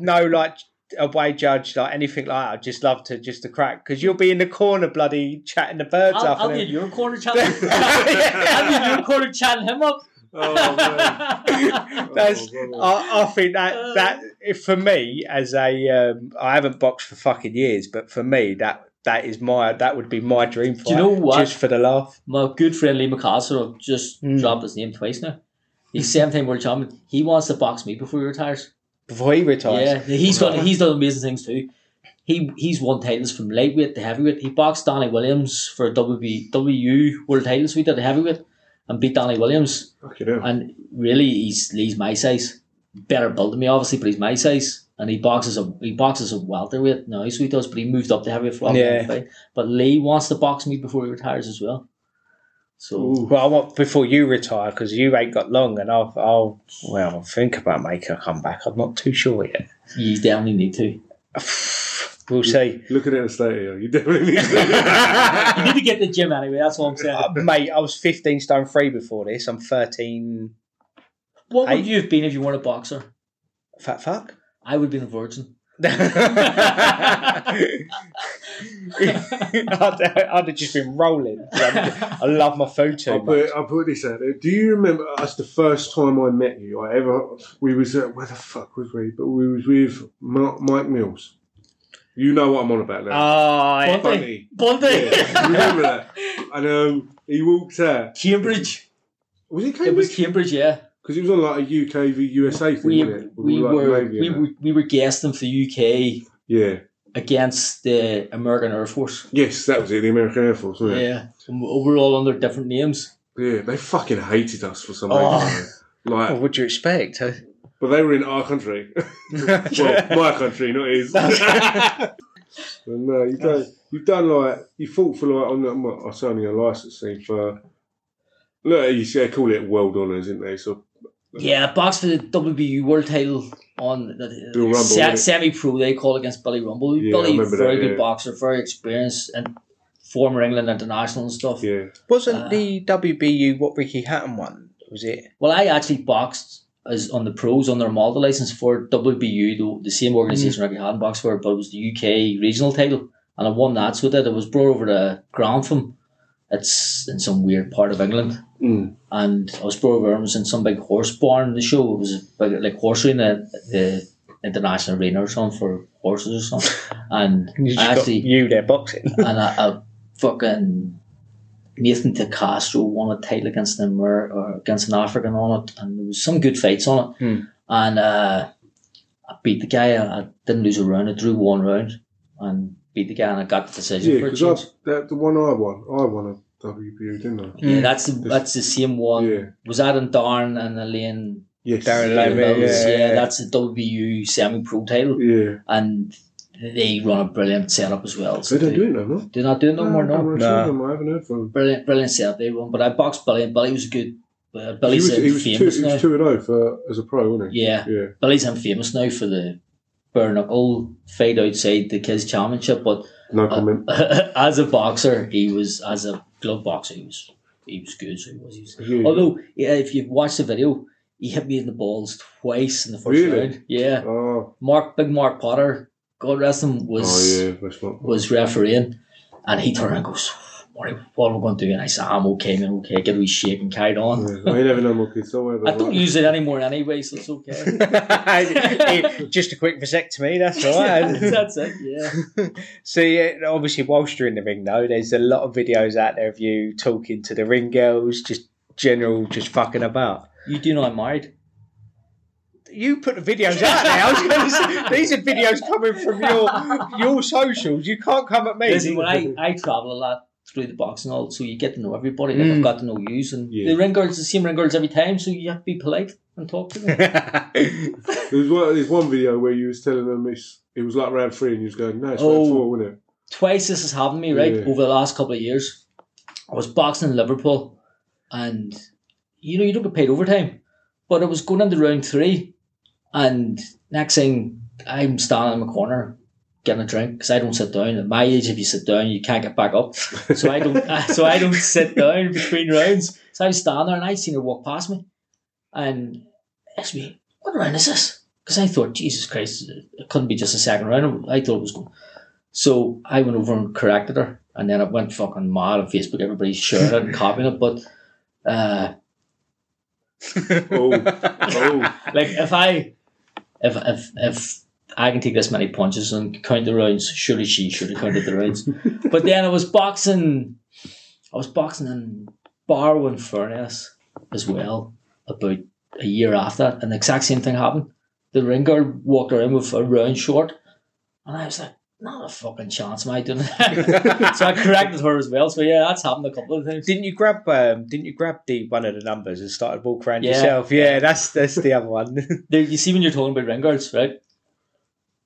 [SPEAKER 2] no, like, away judge, like anything like that. I'd just love to, just the crack, because you'll be in the corner, bloody chatting the birds
[SPEAKER 4] I'll,
[SPEAKER 2] up.
[SPEAKER 4] I'll
[SPEAKER 2] and
[SPEAKER 4] be in
[SPEAKER 2] then-
[SPEAKER 4] your corner
[SPEAKER 2] (laughs)
[SPEAKER 4] chatting. I'll be in your corner chatting him up.
[SPEAKER 5] (laughs)
[SPEAKER 4] (laughs)
[SPEAKER 5] Oh, man.
[SPEAKER 2] That's,
[SPEAKER 5] Oh, brother.
[SPEAKER 2] I, I think that that if for me as a um, I haven't boxed for fucking years, but for me that that is my that would be my dream fight.
[SPEAKER 4] you know what?
[SPEAKER 2] Just for the laugh.
[SPEAKER 4] My good friend Lee McAllister, I've just
[SPEAKER 2] Mm.
[SPEAKER 4] dropped his name twice now. He's seven time world champion. He wants to box me before he retires.
[SPEAKER 2] Before he retires,
[SPEAKER 4] Yeah, he's done he's done amazing things too. He he's won titles from lightweight to heavyweight. He boxed Danny Williams for WB, WU world titles. We did a heavyweight, and beat Danny Williams.
[SPEAKER 3] Fucking hell.
[SPEAKER 4] And really, he's he's my size. Better built than me, obviously, but he's my size. And he boxes a he boxes a welterweight now, so he does. But he moved up to heavyweight for a long
[SPEAKER 2] Yeah.
[SPEAKER 4] fight. But Lee wants to box me before he retires as well. So
[SPEAKER 2] Well, I want before you retire because you ain't got long, and I'll, I'll well I'll think about making a comeback. I'm not too sure yet. (sighs)
[SPEAKER 4] you definitely need to. You
[SPEAKER 2] We'll see,
[SPEAKER 3] Look at it and stay here. You definitely need to.
[SPEAKER 5] (laughs)
[SPEAKER 4] need to get to the gym anyway. That's what I'm saying.
[SPEAKER 2] Uh, mate. I was 15 stone three before this. I'm 13.
[SPEAKER 4] What
[SPEAKER 2] I-
[SPEAKER 4] would you have been if you weren't a boxer?
[SPEAKER 2] Fat fuck.
[SPEAKER 4] I would have been a virgin.
[SPEAKER 2] I'd, I'd have just been rolling. I love my food too
[SPEAKER 3] I'll
[SPEAKER 2] much.
[SPEAKER 3] put, I'll put this out there. Do you remember us the first time I met you? I ever we was uh, where the fuck was we? But we was with Mark, Mike Mills. You know what I'm on about
[SPEAKER 4] Uh,
[SPEAKER 3] now.
[SPEAKER 2] Oh, yeah.
[SPEAKER 3] funny. (laughs)
[SPEAKER 4] Bundy.
[SPEAKER 3] Yeah, you remember that? And um, he walked out.
[SPEAKER 4] (laughs) Cambridge.
[SPEAKER 3] Was it
[SPEAKER 4] It was
[SPEAKER 3] Cambridge?
[SPEAKER 4] Cambridge, yeah.
[SPEAKER 3] Because it was on like a UK v USA thing,
[SPEAKER 4] We,
[SPEAKER 3] wasn't it?
[SPEAKER 4] we,
[SPEAKER 3] Like,
[SPEAKER 4] were,
[SPEAKER 3] Navy
[SPEAKER 4] we,
[SPEAKER 3] and
[SPEAKER 4] were, we were guesting for the UK
[SPEAKER 3] that. Yeah.
[SPEAKER 4] against the American Air Force.
[SPEAKER 3] Yes, that was it. The American Air Force, wasn't it?
[SPEAKER 4] Yeah. And we- we're all under different names.
[SPEAKER 3] Yeah. They fucking hated us for some
[SPEAKER 4] Oh.
[SPEAKER 3] reason.
[SPEAKER 2] What
[SPEAKER 3] (laughs) Like,
[SPEAKER 2] would you expect? (laughs) huh?
[SPEAKER 3] but they were in our country. (laughs) well, my country, not
[SPEAKER 4] (laughs)
[SPEAKER 3] his. (laughs) Well, no, you've done, you've done like you fought for like on the, I say on your license thing for look you say call it world honours, isn't they? So
[SPEAKER 4] Yeah, box for the WBU world title on
[SPEAKER 3] Bill
[SPEAKER 4] the
[SPEAKER 3] Rumble, wasn't it?
[SPEAKER 4] semi pro they call against Billy Rumble.
[SPEAKER 3] Yeah, I
[SPEAKER 4] Billy,
[SPEAKER 3] remember
[SPEAKER 4] very
[SPEAKER 3] that,
[SPEAKER 4] good
[SPEAKER 3] yeah.
[SPEAKER 4] boxer, very experienced, and former England international and stuff.
[SPEAKER 3] yeah,
[SPEAKER 2] Wasn't
[SPEAKER 4] Ah.
[SPEAKER 2] the WBU what Ricky Hatton won? Was it?
[SPEAKER 4] Well, I actually boxed as on the pros on their Malta license for WBU, the, the same organisation
[SPEAKER 2] Mm-hmm.
[SPEAKER 4] Ricky Hatton boxed for, but it was the UK regional title, and I won that. So that it was brought over to Grantham. It's in some weird part of England,
[SPEAKER 3] Mm.
[SPEAKER 4] and I was brought over. and was in some big horse barn. The show it was a big, like horse arena, the international arena or something for horses or something. And
[SPEAKER 2] (laughs) You
[SPEAKER 4] I
[SPEAKER 2] just got
[SPEAKER 4] actually
[SPEAKER 2] you there (laughs) boxing.
[SPEAKER 4] and I, I fucking Nathan De Castro won a title against an Amer- or against an African on it, and there was some good fights on it.
[SPEAKER 2] Hmm.
[SPEAKER 4] And uh, I beat the guy. I, I didn't lose a round. I drew one round and beat the guy, and I got the decision
[SPEAKER 3] yeah.
[SPEAKER 4] for a
[SPEAKER 3] Because
[SPEAKER 4] change.
[SPEAKER 3] that the one I won, I won a WBO, didn't I?
[SPEAKER 4] Yeah, that's the, that's the same one.
[SPEAKER 3] Yeah.
[SPEAKER 4] Was that in Darn and Elaine?
[SPEAKER 3] Yes,
[SPEAKER 2] Darren
[SPEAKER 3] yeah,
[SPEAKER 2] Lamy,
[SPEAKER 4] Mills?
[SPEAKER 2] yeah,
[SPEAKER 4] yeah,
[SPEAKER 2] yeah.
[SPEAKER 4] that's the WBU semi-pro title,
[SPEAKER 3] yeah.
[SPEAKER 4] and they run a brilliant setup as well.
[SPEAKER 3] They don't do it Ah, no more.
[SPEAKER 4] They're not doing no more. No,
[SPEAKER 3] no,
[SPEAKER 2] No.
[SPEAKER 3] no more. I haven't heard from.
[SPEAKER 4] brilliant, brilliant setup they won. But I boxed Billy, and Billy was a good. Uh,
[SPEAKER 3] He
[SPEAKER 4] Billy's
[SPEAKER 3] was, he was two,
[SPEAKER 4] famous
[SPEAKER 3] he
[SPEAKER 4] now.
[SPEAKER 3] was two and oh for as a pro, wasn't he?
[SPEAKER 4] yeah,
[SPEAKER 3] Yeah,
[SPEAKER 4] Billy's infamous now for the bare knuckle fight outside the kids championship. But (laughs)
[SPEAKER 3] no comment.
[SPEAKER 4] as a boxer, he was as a glove boxer, he was he was good. So he was. He was
[SPEAKER 3] Yeah.
[SPEAKER 4] Although, yeah, if you watch the video, he hit me in the balls twice in the first
[SPEAKER 3] Really?
[SPEAKER 4] round. Yeah,
[SPEAKER 3] Oh,
[SPEAKER 4] Mark, big Mark Potter, God rest him, was
[SPEAKER 3] oh yeah, that's not.
[SPEAKER 4] was refereeing, and he turned and goes, "What are, what am I going to do?" And I said, "I'm okay, man. Okay, get a wee shake and carried on."
[SPEAKER 3] Yeah. I ain't having no more kids. Don't worry
[SPEAKER 4] I
[SPEAKER 3] about
[SPEAKER 4] don't
[SPEAKER 3] that.
[SPEAKER 4] use it anymore anyway, so it's okay.
[SPEAKER 2] (laughs) just a quick vasectomy. That's all right. (laughs)
[SPEAKER 4] (laughs) That's it. Yeah.
[SPEAKER 2] See, uh, obviously, whilst you're in the ring, though, there's a lot of videos out there of you talking to the ring girls, just general, just fucking about.
[SPEAKER 4] You do know I'm married.
[SPEAKER 2] You put the videos out there. I was gonna say, these are videos coming from your your socials. You can't come at me.
[SPEAKER 4] Listen, when I, I travel a lot through the box and all, so you get to know everybody. Like
[SPEAKER 2] Mm.
[SPEAKER 4] I've got to know you, and
[SPEAKER 3] Yeah.
[SPEAKER 4] the ring girls, the same ring girls every time, so you have to be polite and talk to them.
[SPEAKER 3] There's one, there's one video where you was telling them it's, it was like round three and you was going, no, it's round
[SPEAKER 4] Oh.
[SPEAKER 3] four, wasn't it?
[SPEAKER 4] Twice this has happened to me, right,
[SPEAKER 3] Yeah.
[SPEAKER 4] over the last couple of years. I was boxing in Liverpool, and you know you don't get paid overtime, but I was going into round three, and next thing I'm standing in the corner getting a drink because I don't sit down. At my age, if you sit down, you can't get back up. So I don't. (laughs) so I don't sit down between rounds. So I'm standing there, and I seen her walk past me, and asked me, "What round is this?" Because I thought, Jesus Christ, it couldn't be just a second round. I thought it was going. So I went over and corrected her, and then it went fucking mad on Facebook. Everybody sharing it and copying it, but. Uh,
[SPEAKER 3] Oh, oh.
[SPEAKER 4] (laughs) like if I if if if I can take this many punches and count the rounds, surely she should have counted the rounds. but then I was boxing I was boxing in Barwon Furness as well about a year after that, and the exact same thing happened. The ring girl walked around with a round short and I was like, not a fucking chance, am I doing that? (laughs) so I corrected her as well. So yeah, that's happened a couple of
[SPEAKER 2] (laughs)
[SPEAKER 4] times.
[SPEAKER 2] Didn't you grab um, Didn't you grab the one of the numbers and started walk around
[SPEAKER 4] Yeah.
[SPEAKER 2] yourself? Yeah, that's that's the other one. (laughs)
[SPEAKER 4] There, you see when you're talking about ring guards, right?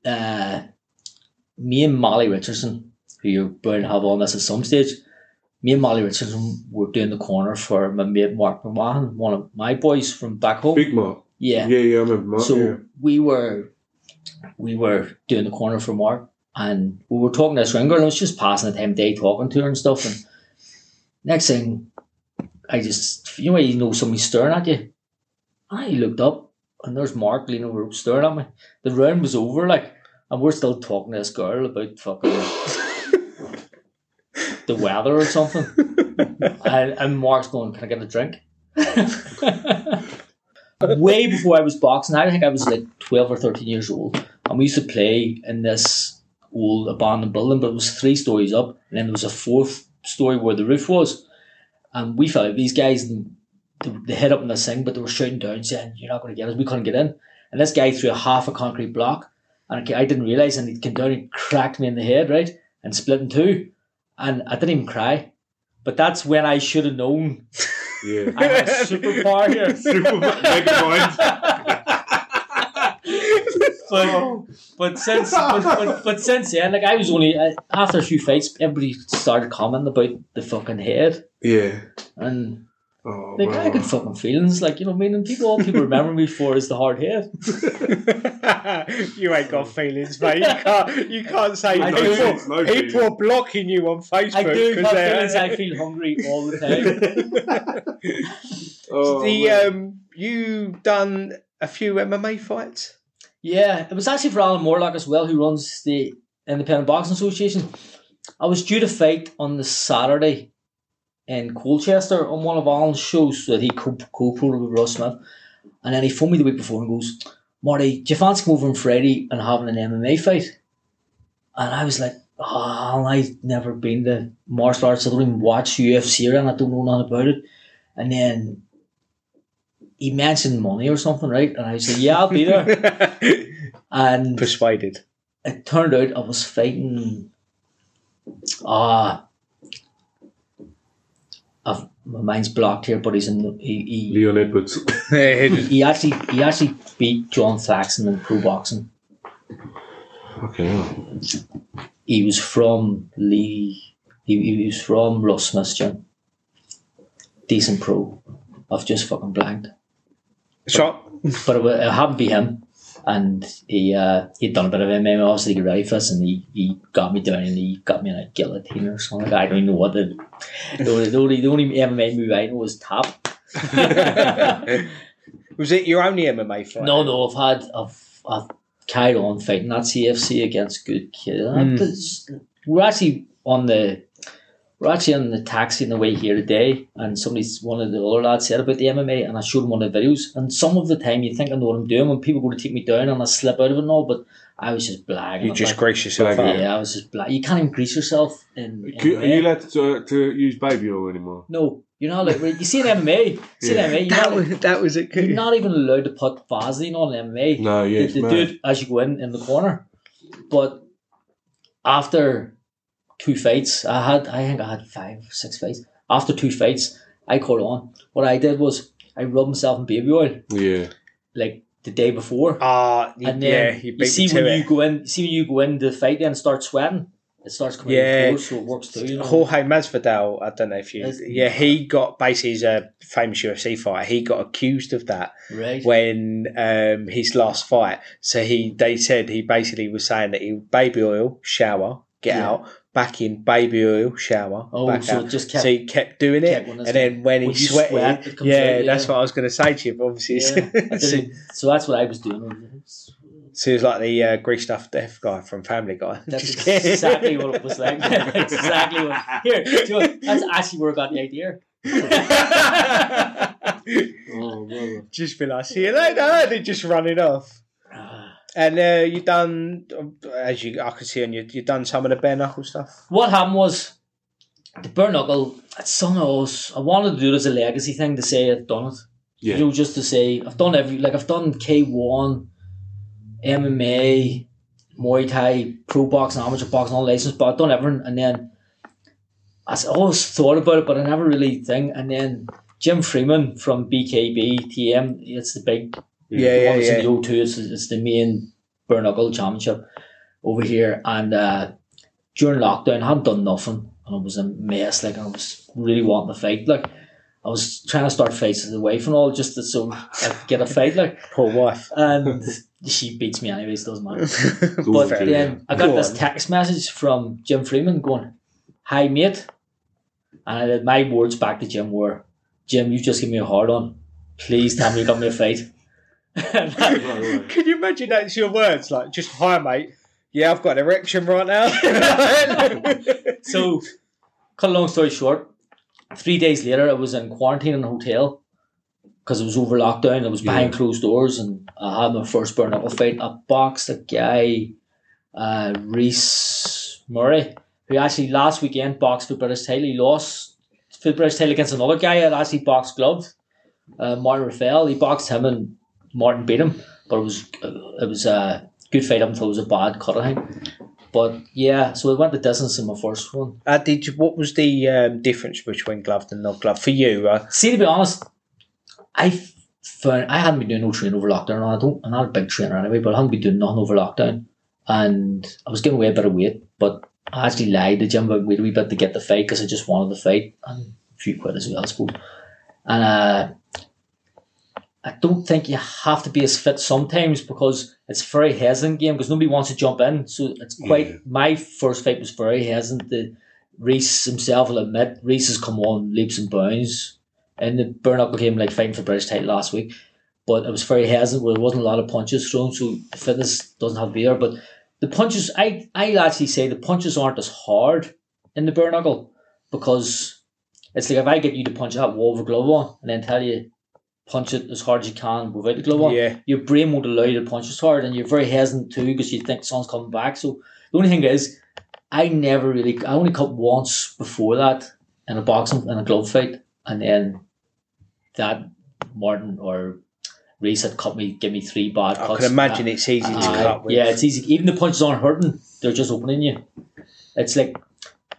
[SPEAKER 4] Uh, me and Molly Richardson, who you're bound to have on this at some stage, me and Molly Richardson were doing the corner for my mate Mark McMahon, one of my boys from back home.
[SPEAKER 3] Big Mark.
[SPEAKER 4] yeah.
[SPEAKER 3] Yeah, yeah, I remember Mark.
[SPEAKER 4] So
[SPEAKER 3] yeah.
[SPEAKER 4] we were we were doing the corner for Mark and we were talking to this ring girl and I was just passing the time of day talking to her and stuff and next thing I just you know when you know somebody's staring at you. I looked up and there's Mark leaning over staring at me. The round was over like and we're still talking to this girl about fucking the weather or something. and, and Mark's going, Can I get a (laughs) drink? way before I was boxing, I think I was like 12 or 13 years old, and we used to play in this old abandoned building, but it was three stories up, and then there was a fourth story where the roof was. And we felt like these guys, and they, they hit up on this thing, but they were shouting down saying, You're not going to get us, we couldn't get in. And this guy threw a half a concrete block, and I I didn't realize, and he came down and cracked me in the head, right? And split in two. And I didn't even cry. But that's when I should have known
[SPEAKER 3] yeah.
[SPEAKER 4] (laughs) I have a superpower here.
[SPEAKER 3] Super Mega Mind.
[SPEAKER 4] but, but since but, but, but since then, like I was only uh, after a few fights, everybody started commenting about the fucking head,
[SPEAKER 3] Yeah.
[SPEAKER 4] and
[SPEAKER 3] Oh,
[SPEAKER 4] like I
[SPEAKER 3] man.
[SPEAKER 4] had fucking feelings, like you know, what I mean, and people all people remember me for is the hard head.
[SPEAKER 2] you ain't got feelings, mate. You can't. You can't say
[SPEAKER 4] I do.
[SPEAKER 2] people.
[SPEAKER 3] No feelings.
[SPEAKER 2] people are blocking you on Facebook.
[SPEAKER 4] I do
[SPEAKER 2] 'cause
[SPEAKER 4] have
[SPEAKER 2] they're- (laughs)
[SPEAKER 4] feelings. I feel hungry all the time.
[SPEAKER 3] Oh,
[SPEAKER 2] the
[SPEAKER 3] man.
[SPEAKER 2] um, you done a few MMA fights.
[SPEAKER 4] Yeah, it was actually for Alan Morlock as well, who runs the Independent Boxing Association. I was due to fight on the Saturday in Colchester on one of Alan's shows that he co co with Russ Smith. And then he phoned me the week before and goes, Marty, do you fancy coming over on Friday and having an MMA fight? And I was like, Oh, I've never been to martial arts. I don't even watch UFC and I don't know nothing about it. And then he mentioned money or something, right? And I said, Yeah, I'll be there. And
[SPEAKER 2] (laughs) Persuaded. (laughs)
[SPEAKER 4] it turned out I was fighting. Ah, I've my mind's blocked here, but he's in. The, he,
[SPEAKER 3] Leon Edwards.
[SPEAKER 4] he he actually he actually beat John Thaxton in pro boxing.
[SPEAKER 3] okay. hell.
[SPEAKER 4] He was from Lee. He, he was from Ross Smith's gym. Decent pro. I've just fucking blanked.
[SPEAKER 2] so
[SPEAKER 4] but it, wa- it happened to be him. And he uh, he'd done a bit of MMA, obviously, he ready for us, and he, he got me down and he got me in a guillotine or something. I don't even know what the the only, the only, the only MMA move I know was tap.
[SPEAKER 2] (laughs) was it your only MMA fight?
[SPEAKER 4] No, no, I've had I've, I've carried on fighting that CFC against good kid. And that's- We're actually on the we're actually on the taxi on the way here today, and somebody's one of the other lads said about the MMA, and I showed him one of the videos. And some of the time, you think I know what I'm doing when people go to take me down, and I slip out of it and all, but I was just blagging.
[SPEAKER 2] You
[SPEAKER 4] I'm
[SPEAKER 2] just
[SPEAKER 4] like,
[SPEAKER 2] grace yourself
[SPEAKER 3] Like,
[SPEAKER 2] up.
[SPEAKER 4] yeah, I was just blag. You can't even grease yourself. In, in
[SPEAKER 3] Could- Are
[SPEAKER 4] MMA.
[SPEAKER 3] you allowed to, uh, to use baby oil anymore?
[SPEAKER 4] no, you're not like you see an MMA, see
[SPEAKER 3] Yeah.
[SPEAKER 4] an MMA, you're
[SPEAKER 2] That
[SPEAKER 4] not,
[SPEAKER 2] was that was it.
[SPEAKER 4] you're
[SPEAKER 2] (laughs)
[SPEAKER 4] not even allowed to put Vaseline on MMA
[SPEAKER 3] No, yeah,
[SPEAKER 4] they,
[SPEAKER 3] it's
[SPEAKER 4] they do
[SPEAKER 3] mad.
[SPEAKER 4] it as you go in in the corner. But after two fights, I had I think I had five, six fights. After two fights, I caught on. What I did was I rubbed myself in baby oil
[SPEAKER 3] Yeah.
[SPEAKER 4] like the day before,
[SPEAKER 2] Ah, you-
[SPEAKER 4] and
[SPEAKER 2] yeah,
[SPEAKER 4] then
[SPEAKER 2] you
[SPEAKER 4] you,
[SPEAKER 2] beat
[SPEAKER 4] see
[SPEAKER 2] me to
[SPEAKER 4] when
[SPEAKER 2] it.
[SPEAKER 4] you go in, see when you go into the fight and start sweating, it starts coming
[SPEAKER 2] Yeah.
[SPEAKER 4] yeah. force, so it works too. You know?
[SPEAKER 2] Jorge Masvidal, I don't know if you,
[SPEAKER 4] Yes.
[SPEAKER 2] yeah, he got basically he's a famous UFC fighter. He got accused of that (laughs)
[SPEAKER 4] right?
[SPEAKER 2] when um, his last fight. So he, they said he basically was saying that he baby oil, shower, get
[SPEAKER 4] Yeah.
[SPEAKER 2] out, back in baby oil, shower,
[SPEAKER 4] Oh,
[SPEAKER 2] back
[SPEAKER 4] so
[SPEAKER 2] out.
[SPEAKER 4] it just kept-
[SPEAKER 2] so he kept doing it,
[SPEAKER 4] kept going,
[SPEAKER 2] and
[SPEAKER 4] doesn't
[SPEAKER 2] then when,
[SPEAKER 4] When
[SPEAKER 2] he
[SPEAKER 4] you
[SPEAKER 2] sweated,
[SPEAKER 4] sweat, it comes
[SPEAKER 2] yeah,
[SPEAKER 4] out,
[SPEAKER 2] that's
[SPEAKER 4] yeah.
[SPEAKER 2] what I was going to say to you. But obviously,
[SPEAKER 4] Yeah,
[SPEAKER 2] (laughs)
[SPEAKER 4] I
[SPEAKER 2] it's,
[SPEAKER 4] didn't- so that's what I was doing.
[SPEAKER 2] so he was like the uh, greased up deaf guy from Family Guy. (laughs)
[SPEAKER 4] That's
[SPEAKER 2] Just kidding. (laughs)
[SPEAKER 4] exactly what it was like. (laughs) That's exactly what. Here, do you know, that's actually where I got the idea.
[SPEAKER 3] Oh, brother.
[SPEAKER 2] just be like, see you later. (laughs) And they're just running off. And uh, you done, as you I can see on you, you done some of the bare knuckle stuff.
[SPEAKER 4] What happened was the bare knuckle. It's something I was. I wanted to do it as a legacy thing to say I've done it.
[SPEAKER 3] Yeah.
[SPEAKER 4] You know, just to say I've done every. Like I've done K one, MMA, Muay Thai, pro boxing, amateur boxing, all licensed, but I've done everything. And then I s- always thought about it, but I never really think. And then Jim Freeman from BKB TM, it's the big,
[SPEAKER 2] Yeah,
[SPEAKER 4] the
[SPEAKER 2] yeah,
[SPEAKER 4] one that's
[SPEAKER 2] yeah.
[SPEAKER 4] in the O2, it's, it's the main bare knuckle championship over here. And uh, during lockdown, I hadn't done nothing, and I was a mess. Like I was really wanting to fight, like. I was trying to start fights with the wife and all, just to, so I could get a fight, like,
[SPEAKER 2] Poor wife. (laughs)
[SPEAKER 4] and she beats me anyways, doesn't matter.
[SPEAKER 3] Go
[SPEAKER 4] But
[SPEAKER 3] on, Jim.
[SPEAKER 4] then I got
[SPEAKER 2] Go
[SPEAKER 4] this
[SPEAKER 2] on.
[SPEAKER 4] text message from Jim Freeman going, Hi, mate. And I did, my words back to Jim were, Jim, you just give me a hard on. Please tell me you got me a fight. (laughs) And I-
[SPEAKER 3] Right, right.
[SPEAKER 2] Can you imagine that's your words? Like, just hi, mate. Yeah, I've got an erection right (laughs) now.
[SPEAKER 4] so, cut a long story short, three days later, I was in quarantine in a hotel because it was over lockdown. I was behind closed doors and I had my first burn knuckle fight. I boxed a guy, uh, Reese Murray, who actually last weekend boxed for British title. He lost for the British title against another guy that actually boxed gloves, uh, Martin Raphael. He boxed him and Martin beat him, but it was it was a good fight up until it was a bad cut, I think. But yeah, so I went the distance in my first one.
[SPEAKER 2] Uh, did you, what was the um, difference between gloved and not gloved for you? Uh,
[SPEAKER 4] See, to be honest, I f- found I hadn't been doing no training over lockdown. and I don't, I'm not a big trainer anyway, but I hadn't been doing nothing over lockdown, and I was giving away a bit of weight, but I actually lied to Jim about weight a wee bit to get the fight because I just wanted the fight and a few quid as well, I suppose. And uh, I don't think you have to be as fit sometimes because it's a very hesitant game because nobody wants to jump in. So it's quite my first fight was very hesitant. The, Reese himself will admit Reese has come on leaps and bounds and the burn up became like fighting for British title last week. But it was very hesitant where there wasn't a lot of punches thrown, so the fitness doesn't have to be there. But the punches I I actually say the punches aren't as hard in the bare knuckle because it's like if I get you to punch that wall with a glove on and then tell you punch it as hard as you can without the glove on,
[SPEAKER 2] Yeah.
[SPEAKER 4] your brain won't allow you to punch as hard and you're very hesitant too because you think someone's coming back. So the only thing is I never really I only cut once before that in a boxing in a glove fight and then that Martin or Reese had cut me, give me three bad
[SPEAKER 2] I
[SPEAKER 4] cuts.
[SPEAKER 2] can imagine it's easy to
[SPEAKER 4] Aye,
[SPEAKER 2] cut with.
[SPEAKER 4] uh, Yeah, it's easy. Even the punches aren't hurting; they're just opening you. It's like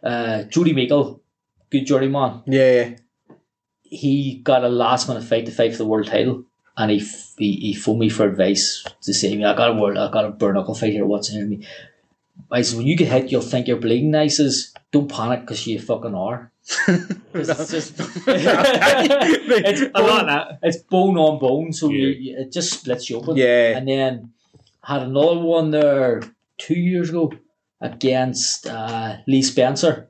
[SPEAKER 4] uh, Jody Meikle, good journeyman.
[SPEAKER 2] yeah, yeah.
[SPEAKER 4] He got a last minute fight to fight for the world title, and he f- he, he phoned me for advice to say, "I got a world, I got a bare knuckle fight here. What's in me?" I said, "When you get hit, you'll think you're bleeding." I says, "Don't panic, because you fucking are." 'Cause it's just it's
[SPEAKER 2] I
[SPEAKER 4] bone-
[SPEAKER 2] like that.
[SPEAKER 4] It's bone on bone, so
[SPEAKER 3] Yeah.
[SPEAKER 4] you, you, it just splits you open.
[SPEAKER 2] Yeah.
[SPEAKER 4] And then had another one there two years ago against uh, Lee Spencer.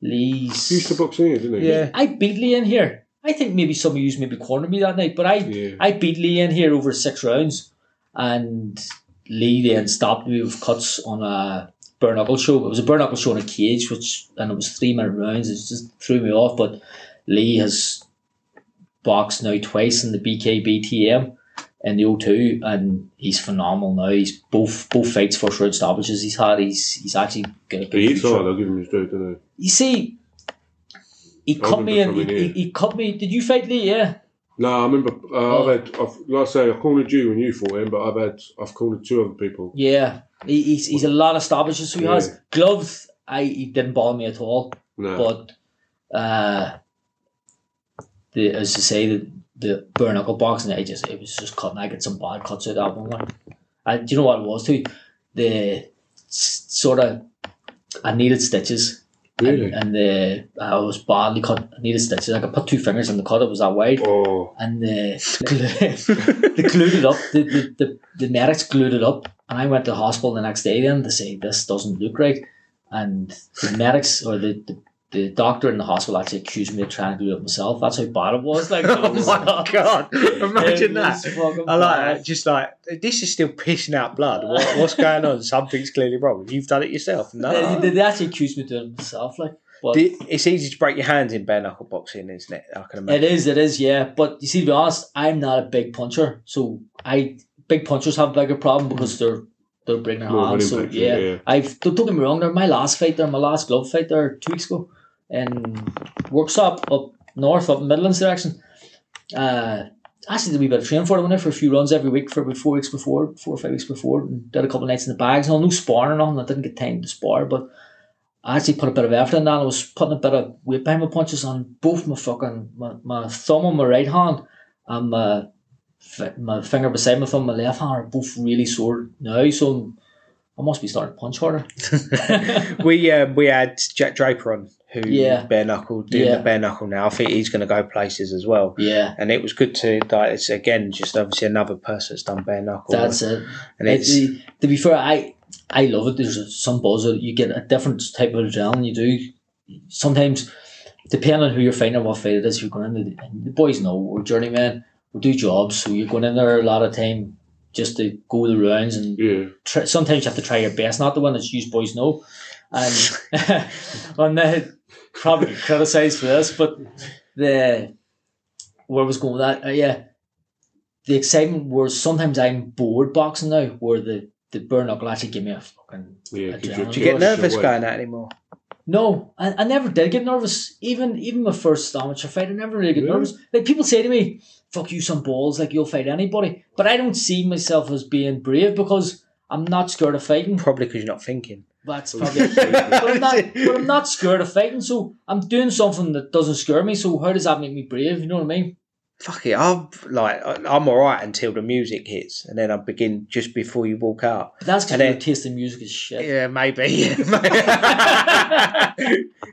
[SPEAKER 4] Lee's.
[SPEAKER 3] He used to box in here, didn't he?
[SPEAKER 2] Yeah.
[SPEAKER 4] I beat Lee in here. I think maybe some of you maybe cornered me that night, but I
[SPEAKER 3] Yeah.
[SPEAKER 4] I beat Lee in here over six rounds, and Lee then stopped me with cuts on a bare knuckle show. It was a bare knuckle show in a cage, which and it was three minute rounds. It just threw me off. But Lee has boxed now twice in the BKBTM in the O2, and he's phenomenal now. He's both both fights first round stoppages he's had. He's he's actually got a good
[SPEAKER 3] He hits
[SPEAKER 4] future.
[SPEAKER 3] hard, I'll give him his due, don't
[SPEAKER 4] You see, he
[SPEAKER 3] I
[SPEAKER 4] cut me and
[SPEAKER 3] remember
[SPEAKER 4] he,
[SPEAKER 3] coming
[SPEAKER 4] he,
[SPEAKER 3] in.
[SPEAKER 4] he cut me. Did you fight Lee? Yeah.
[SPEAKER 3] I? No, I remember, uh, I've had, I've, like I say, I cornered you when you fought him, but I've had, I've cornered two other people.
[SPEAKER 4] Yeah. He, he's, he's a lot of stoppages, so he
[SPEAKER 3] Yeah.
[SPEAKER 4] has. Gloves, I, he didn't bother me at all.
[SPEAKER 3] No.
[SPEAKER 4] But uh, the, as I say, the, the bare knuckle boxing, I just, it was just cutting. I get some bad cuts out of that one. Like. I, do you know what it was too? The s- sort of, I needed stitches.
[SPEAKER 3] really?
[SPEAKER 4] And, and the I was badly cut. I needed stitches. Like I could put two fingers in the cut. It was that wide.
[SPEAKER 3] oh,
[SPEAKER 4] and the they glued it up. The, the, the, the medics glued it up, and I went to the hospital the next day. Then to say this doesn't look right, and the medics or the, the, the doctor in the hospital actually accused me of trying to glue it myself. That's how bad it was. Like,
[SPEAKER 2] (laughs) (laughs) Oh
[SPEAKER 4] (laughs)
[SPEAKER 2] my god! Imagine
[SPEAKER 4] It was
[SPEAKER 2] that.
[SPEAKER 4] fucking
[SPEAKER 2] I like
[SPEAKER 4] bad.
[SPEAKER 2] that. Just like this is still pissing out blood. What, what's going on? Something's clearly wrong. You've done it yourself. No.
[SPEAKER 4] They, they, they actually accused me of doing it myself. Like, but
[SPEAKER 2] The- It's easy to break your hands in bare knuckle boxing, isn't it? I can
[SPEAKER 4] It
[SPEAKER 2] imagine.
[SPEAKER 4] is, it is, yeah. But you see, to be honest, I'm not a big puncher, so I big punchers have a bigger problem because they're they're breaking their
[SPEAKER 3] More of an
[SPEAKER 4] hands. So
[SPEAKER 3] impact,
[SPEAKER 4] yeah,
[SPEAKER 3] yeah.
[SPEAKER 4] I've don't, don't get me wrong. There, my last fight there, my last glove fight there, two weeks ago, in workshop up north, up Midlands direction. Uh, actually did a wee bit of training for it. I went out for a few runs every week for about four weeks before, four or five weeks before, and did a couple of nights in the bags. And all, no sparring or nothing. I didn't get time to spar, but I actually put a bit of effort in that. I was putting a bit of weight behind my punches on both my fucking my, my thumb on my right hand and my fi- my finger beside my thumb, my left hand are both really sore now. So I must be starting to
[SPEAKER 2] (laughs)
[SPEAKER 4] punch harder.
[SPEAKER 2] we um, we had Jack Draper on who
[SPEAKER 4] Yeah.
[SPEAKER 2] bare knuckle doing
[SPEAKER 4] Yeah.
[SPEAKER 2] the bare knuckle now. I think he's going to go places as well.
[SPEAKER 4] Yeah,
[SPEAKER 2] And it was good to like it's again just obviously another person that's done bare knuckle.
[SPEAKER 4] that's it.
[SPEAKER 2] and it's
[SPEAKER 4] It- the- to be fair, I I love it. There's some buzz. that You get a different type of adrenaline. You do sometimes, depending on who you're fighting or what fight it is, you're going in. The, and the boys know we're journeymen. We do jobs, so you're going in there a lot of time just to go the rounds and
[SPEAKER 3] Yeah.
[SPEAKER 4] tr- sometimes you have to try your best not the one that you boys know and (laughs) I'm not probably get criticised for this but the where I was going with that uh, yeah the excitement was sometimes I'm bored boxing now where the the bare knuckle actually give me a fucking
[SPEAKER 3] Yeah, 'cause you're-
[SPEAKER 4] adrenaline
[SPEAKER 2] do you er get
[SPEAKER 3] Rush
[SPEAKER 2] nervous
[SPEAKER 3] away.
[SPEAKER 2] going out anymore?
[SPEAKER 4] no, I, I never did get nervous. Even even my first amateur fight, I never really get
[SPEAKER 3] Really?
[SPEAKER 4] nervous. Like people say to me, "Fuck you, some balls." Like you'll fight anybody, but I don't see myself as being brave because I'm not scared of fighting.
[SPEAKER 2] Probably because you're not thinking.
[SPEAKER 4] That's probably. but, I'm not, but I'm not scared of fighting, so I'm doing something that doesn't scare me. So how does that make me brave? You know what I mean?
[SPEAKER 2] Fuck it, I'm like I- I'm all right until the music hits, and then I begin just before you walk out.
[SPEAKER 4] But that's because
[SPEAKER 2] And
[SPEAKER 4] your
[SPEAKER 2] then-
[SPEAKER 4] taste in music is shit.
[SPEAKER 2] Yeah, maybe. (laughs)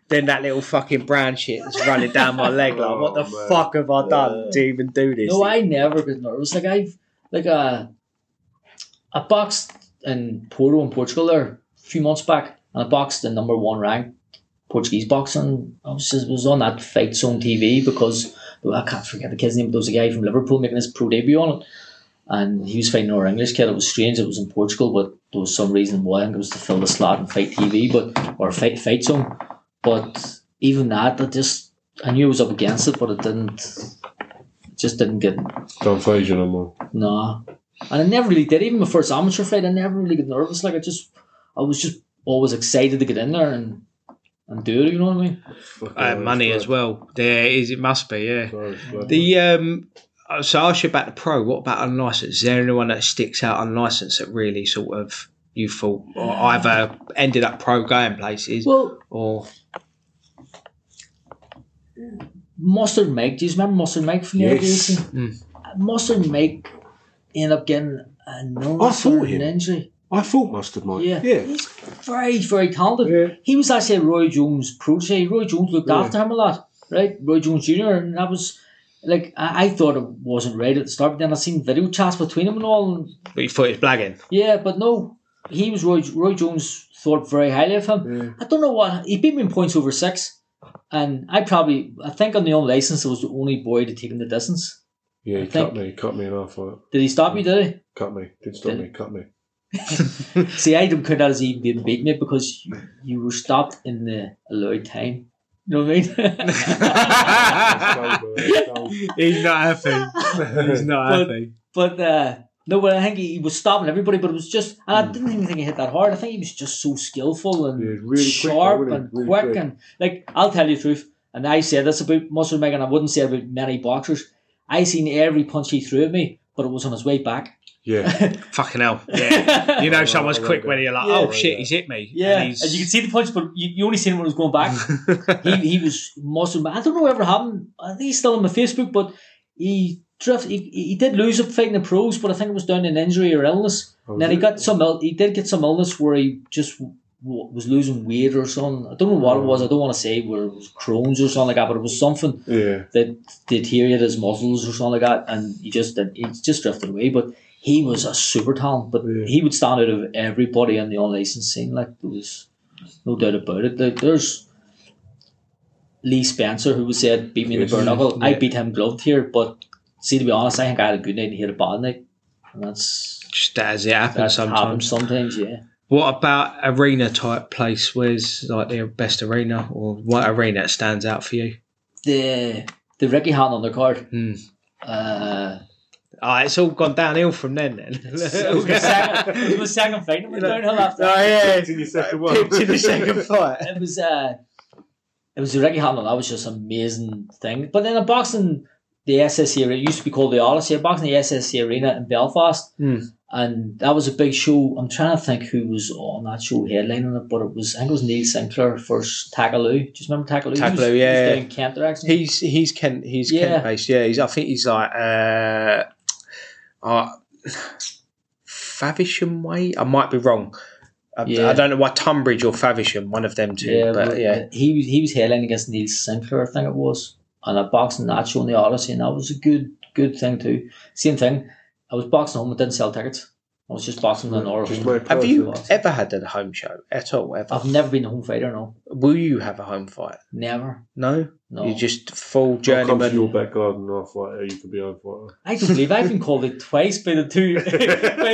[SPEAKER 2] then that little fucking brown shit is running down my leg. Like, what the
[SPEAKER 3] Oh, man.
[SPEAKER 2] fuck have I done to even do this?
[SPEAKER 4] No, I never get nervous. Like I've like uh, I boxed in Porto in Portugal there a few months back, and I boxed the number one ranked Portuguese boxing. I was just, was on that fight zone TV because I can't forget the kid's name, but there was a guy from Liverpool making his pro debut on it. And he was fighting our English kid. It was strange. It was in Portugal, but there was some reason why. I think it was to fill the slot in fight TV, but or fight fight zone. But even that, I just I knew I was up against it, but it didn't. It just didn't get
[SPEAKER 3] Don't phase you no more.
[SPEAKER 4] Nah. And I never really did. Even my first amateur fight, I never really got nervous. Like I just I was just always excited to get in there and and do it, you know what I mean?
[SPEAKER 2] uh, money as well. There is, it must be, yeah.
[SPEAKER 3] The
[SPEAKER 2] The um, uh, so I asked you about the pro. What about unlicensed? Is there anyone that sticks out unlicensed that really sort of you thought or either ended up pro going places
[SPEAKER 4] Well,
[SPEAKER 2] or
[SPEAKER 4] Mustard Mike, do you remember Mustard Mike from the
[SPEAKER 3] Yes.
[SPEAKER 4] yes.
[SPEAKER 2] Mm.
[SPEAKER 4] Mustard Mike ended up getting a
[SPEAKER 3] I
[SPEAKER 4] nose
[SPEAKER 3] saw
[SPEAKER 4] or
[SPEAKER 3] him.
[SPEAKER 4] an injury.
[SPEAKER 3] I thought mustard might.
[SPEAKER 4] Yeah.
[SPEAKER 3] yeah.
[SPEAKER 4] He's very, very talented.
[SPEAKER 3] Yeah.
[SPEAKER 4] He was actually a Roy Jones protege. Roy Jones looked
[SPEAKER 3] Yeah.
[SPEAKER 4] after him a lot, right? Roy Jones Jr. And that was like I, I thought it wasn't right at the start, but then I seen video chats between him and all and
[SPEAKER 2] but you thought it was blagging?
[SPEAKER 4] Yeah, but no, he was Roy, Roy Jones thought very highly of him. I don't know what he beat me in points over six, and I probably I think on the unlicensed I was the only boy to take him the distance.
[SPEAKER 3] Yeah, he
[SPEAKER 4] I
[SPEAKER 3] cut
[SPEAKER 4] think-
[SPEAKER 3] me, cut me in half. Right?
[SPEAKER 4] Did he stop me? Did
[SPEAKER 3] Cut me, didn't stop
[SPEAKER 4] Did-
[SPEAKER 3] me, cut
[SPEAKER 2] (laughs)
[SPEAKER 3] me.
[SPEAKER 4] he? See, I don't count that as even being beaten it because you, you were stopped in the allowed time. You know what
[SPEAKER 3] (laughs)
[SPEAKER 4] I mean?
[SPEAKER 2] (laughs)
[SPEAKER 4] (laughs)
[SPEAKER 2] He's not happy. He's not
[SPEAKER 4] But- but uh, no, but I think he, he was stopping everybody. But it was just, and I didn't even think he hit that hard. I think he was just so skillful and.
[SPEAKER 3] Hmm. Yeah, really quick, though,
[SPEAKER 4] sharp
[SPEAKER 3] wasn't it?
[SPEAKER 4] and
[SPEAKER 3] Really
[SPEAKER 4] quick, and like I'll tell you the truth, and I say this about Muscle Meg, and I wouldn't say about many boxers. I seen every punch he threw at me, but it was on his way back.
[SPEAKER 3] Yeah,
[SPEAKER 2] Fucking hell! Yeah, (laughs) you know someone's quick when you're like,
[SPEAKER 4] Yeah.
[SPEAKER 2] oh shit, he's hit me.
[SPEAKER 4] (laughs) Yeah,
[SPEAKER 2] And
[SPEAKER 4] and,
[SPEAKER 2] he's-
[SPEAKER 4] you could see the punch, but you, you only seen it when it was
[SPEAKER 3] (laughs)
[SPEAKER 4] going back. he, he was Muscle Meg. I don't know whatever happened. I think he's still on my Facebook, but he drift. He, he he did lose a fight in the pros, but I think it was down to an injury or illness.
[SPEAKER 3] Oh,
[SPEAKER 4] And then he
[SPEAKER 3] was
[SPEAKER 4] got some. ill- He did get some illness where he just w- w- was losing weight or something. I don't know what it was. I don't want to say where it was Crohn's or something like that, but it was something.
[SPEAKER 3] yeah.
[SPEAKER 4] that deteriorate his muscles or something like that, and he just did- he just drifted away. But he was a super talent, but
[SPEAKER 3] Yeah.
[SPEAKER 4] he would stand out of everybody in the unlicensed scene. Like there was no doubt about it. Like, there's Lee Spencer who was said beat me in the
[SPEAKER 3] Yes.
[SPEAKER 4] bare knuckle. I
[SPEAKER 2] Yeah.
[SPEAKER 4] beat him gloved here, but see to be honest, I think I had a good night and he had a bad night, and that's
[SPEAKER 2] (laughs) just as it happens
[SPEAKER 4] that
[SPEAKER 2] sometimes.
[SPEAKER 4] happens sometimes. Yeah,
[SPEAKER 2] What about arena type place? Where's like the best arena or what arena stands out for you?
[SPEAKER 4] the the Ricky Hatton undercard.
[SPEAKER 2] Hmm.
[SPEAKER 4] Uh,
[SPEAKER 2] Ah, it's all gone downhill from then. (laughs) Then
[SPEAKER 4] it was my
[SPEAKER 2] (laughs)
[SPEAKER 4] second, it was my second fight. It went downhill after. that.
[SPEAKER 2] Oh, yeah,
[SPEAKER 3] It's in your second
[SPEAKER 2] to the second fight.
[SPEAKER 4] it was uh it was the Ricky Hatton. That was just an amazing thing. But then in boxing, the SSC Arena. It used to be called the Odyssey. Boxing the SSC Arena in Belfast,
[SPEAKER 2] Hmm.
[SPEAKER 4] and that was a big show. I'm trying to think who was on that show headlining it, but it was I think it was Neil Sinclair versus Takaloo. Do you remember Takaloo? He was-
[SPEAKER 2] Takaloo,
[SPEAKER 4] he was
[SPEAKER 2] yeah.
[SPEAKER 4] down in Kent there, actually.
[SPEAKER 2] He's he's Kent. He's
[SPEAKER 4] Yeah.
[SPEAKER 2] Kent based. Yeah, he's. I think he's like uh, uh Faversham way. I might be wrong. I,
[SPEAKER 4] Yeah.
[SPEAKER 2] I don't know why Tunbridge or Faversham, one of them two.
[SPEAKER 4] yeah,
[SPEAKER 2] but, yeah,
[SPEAKER 4] he was he was headlining against Neil Sinclair, I think it was, and I boxed in that show in the Odyssey, and that was a good good thing too. Same thing, I was boxing home, I didn't sell tickets. I was just boxing in an order.
[SPEAKER 3] Just my
[SPEAKER 2] Have you
[SPEAKER 4] Boxing.
[SPEAKER 2] ever had a home show at all? Ever?
[SPEAKER 4] I've never been a home fighter, no,
[SPEAKER 2] Will you have a home fight?
[SPEAKER 4] never,
[SPEAKER 2] No,
[SPEAKER 4] no.
[SPEAKER 2] you just full
[SPEAKER 3] I'll come
[SPEAKER 2] (laughs)
[SPEAKER 3] to
[SPEAKER 2] journeyman.
[SPEAKER 3] your back garden and I'll fight you. You could be on fighter.
[SPEAKER 4] I can believe I've been called it twice by the two (laughs) by,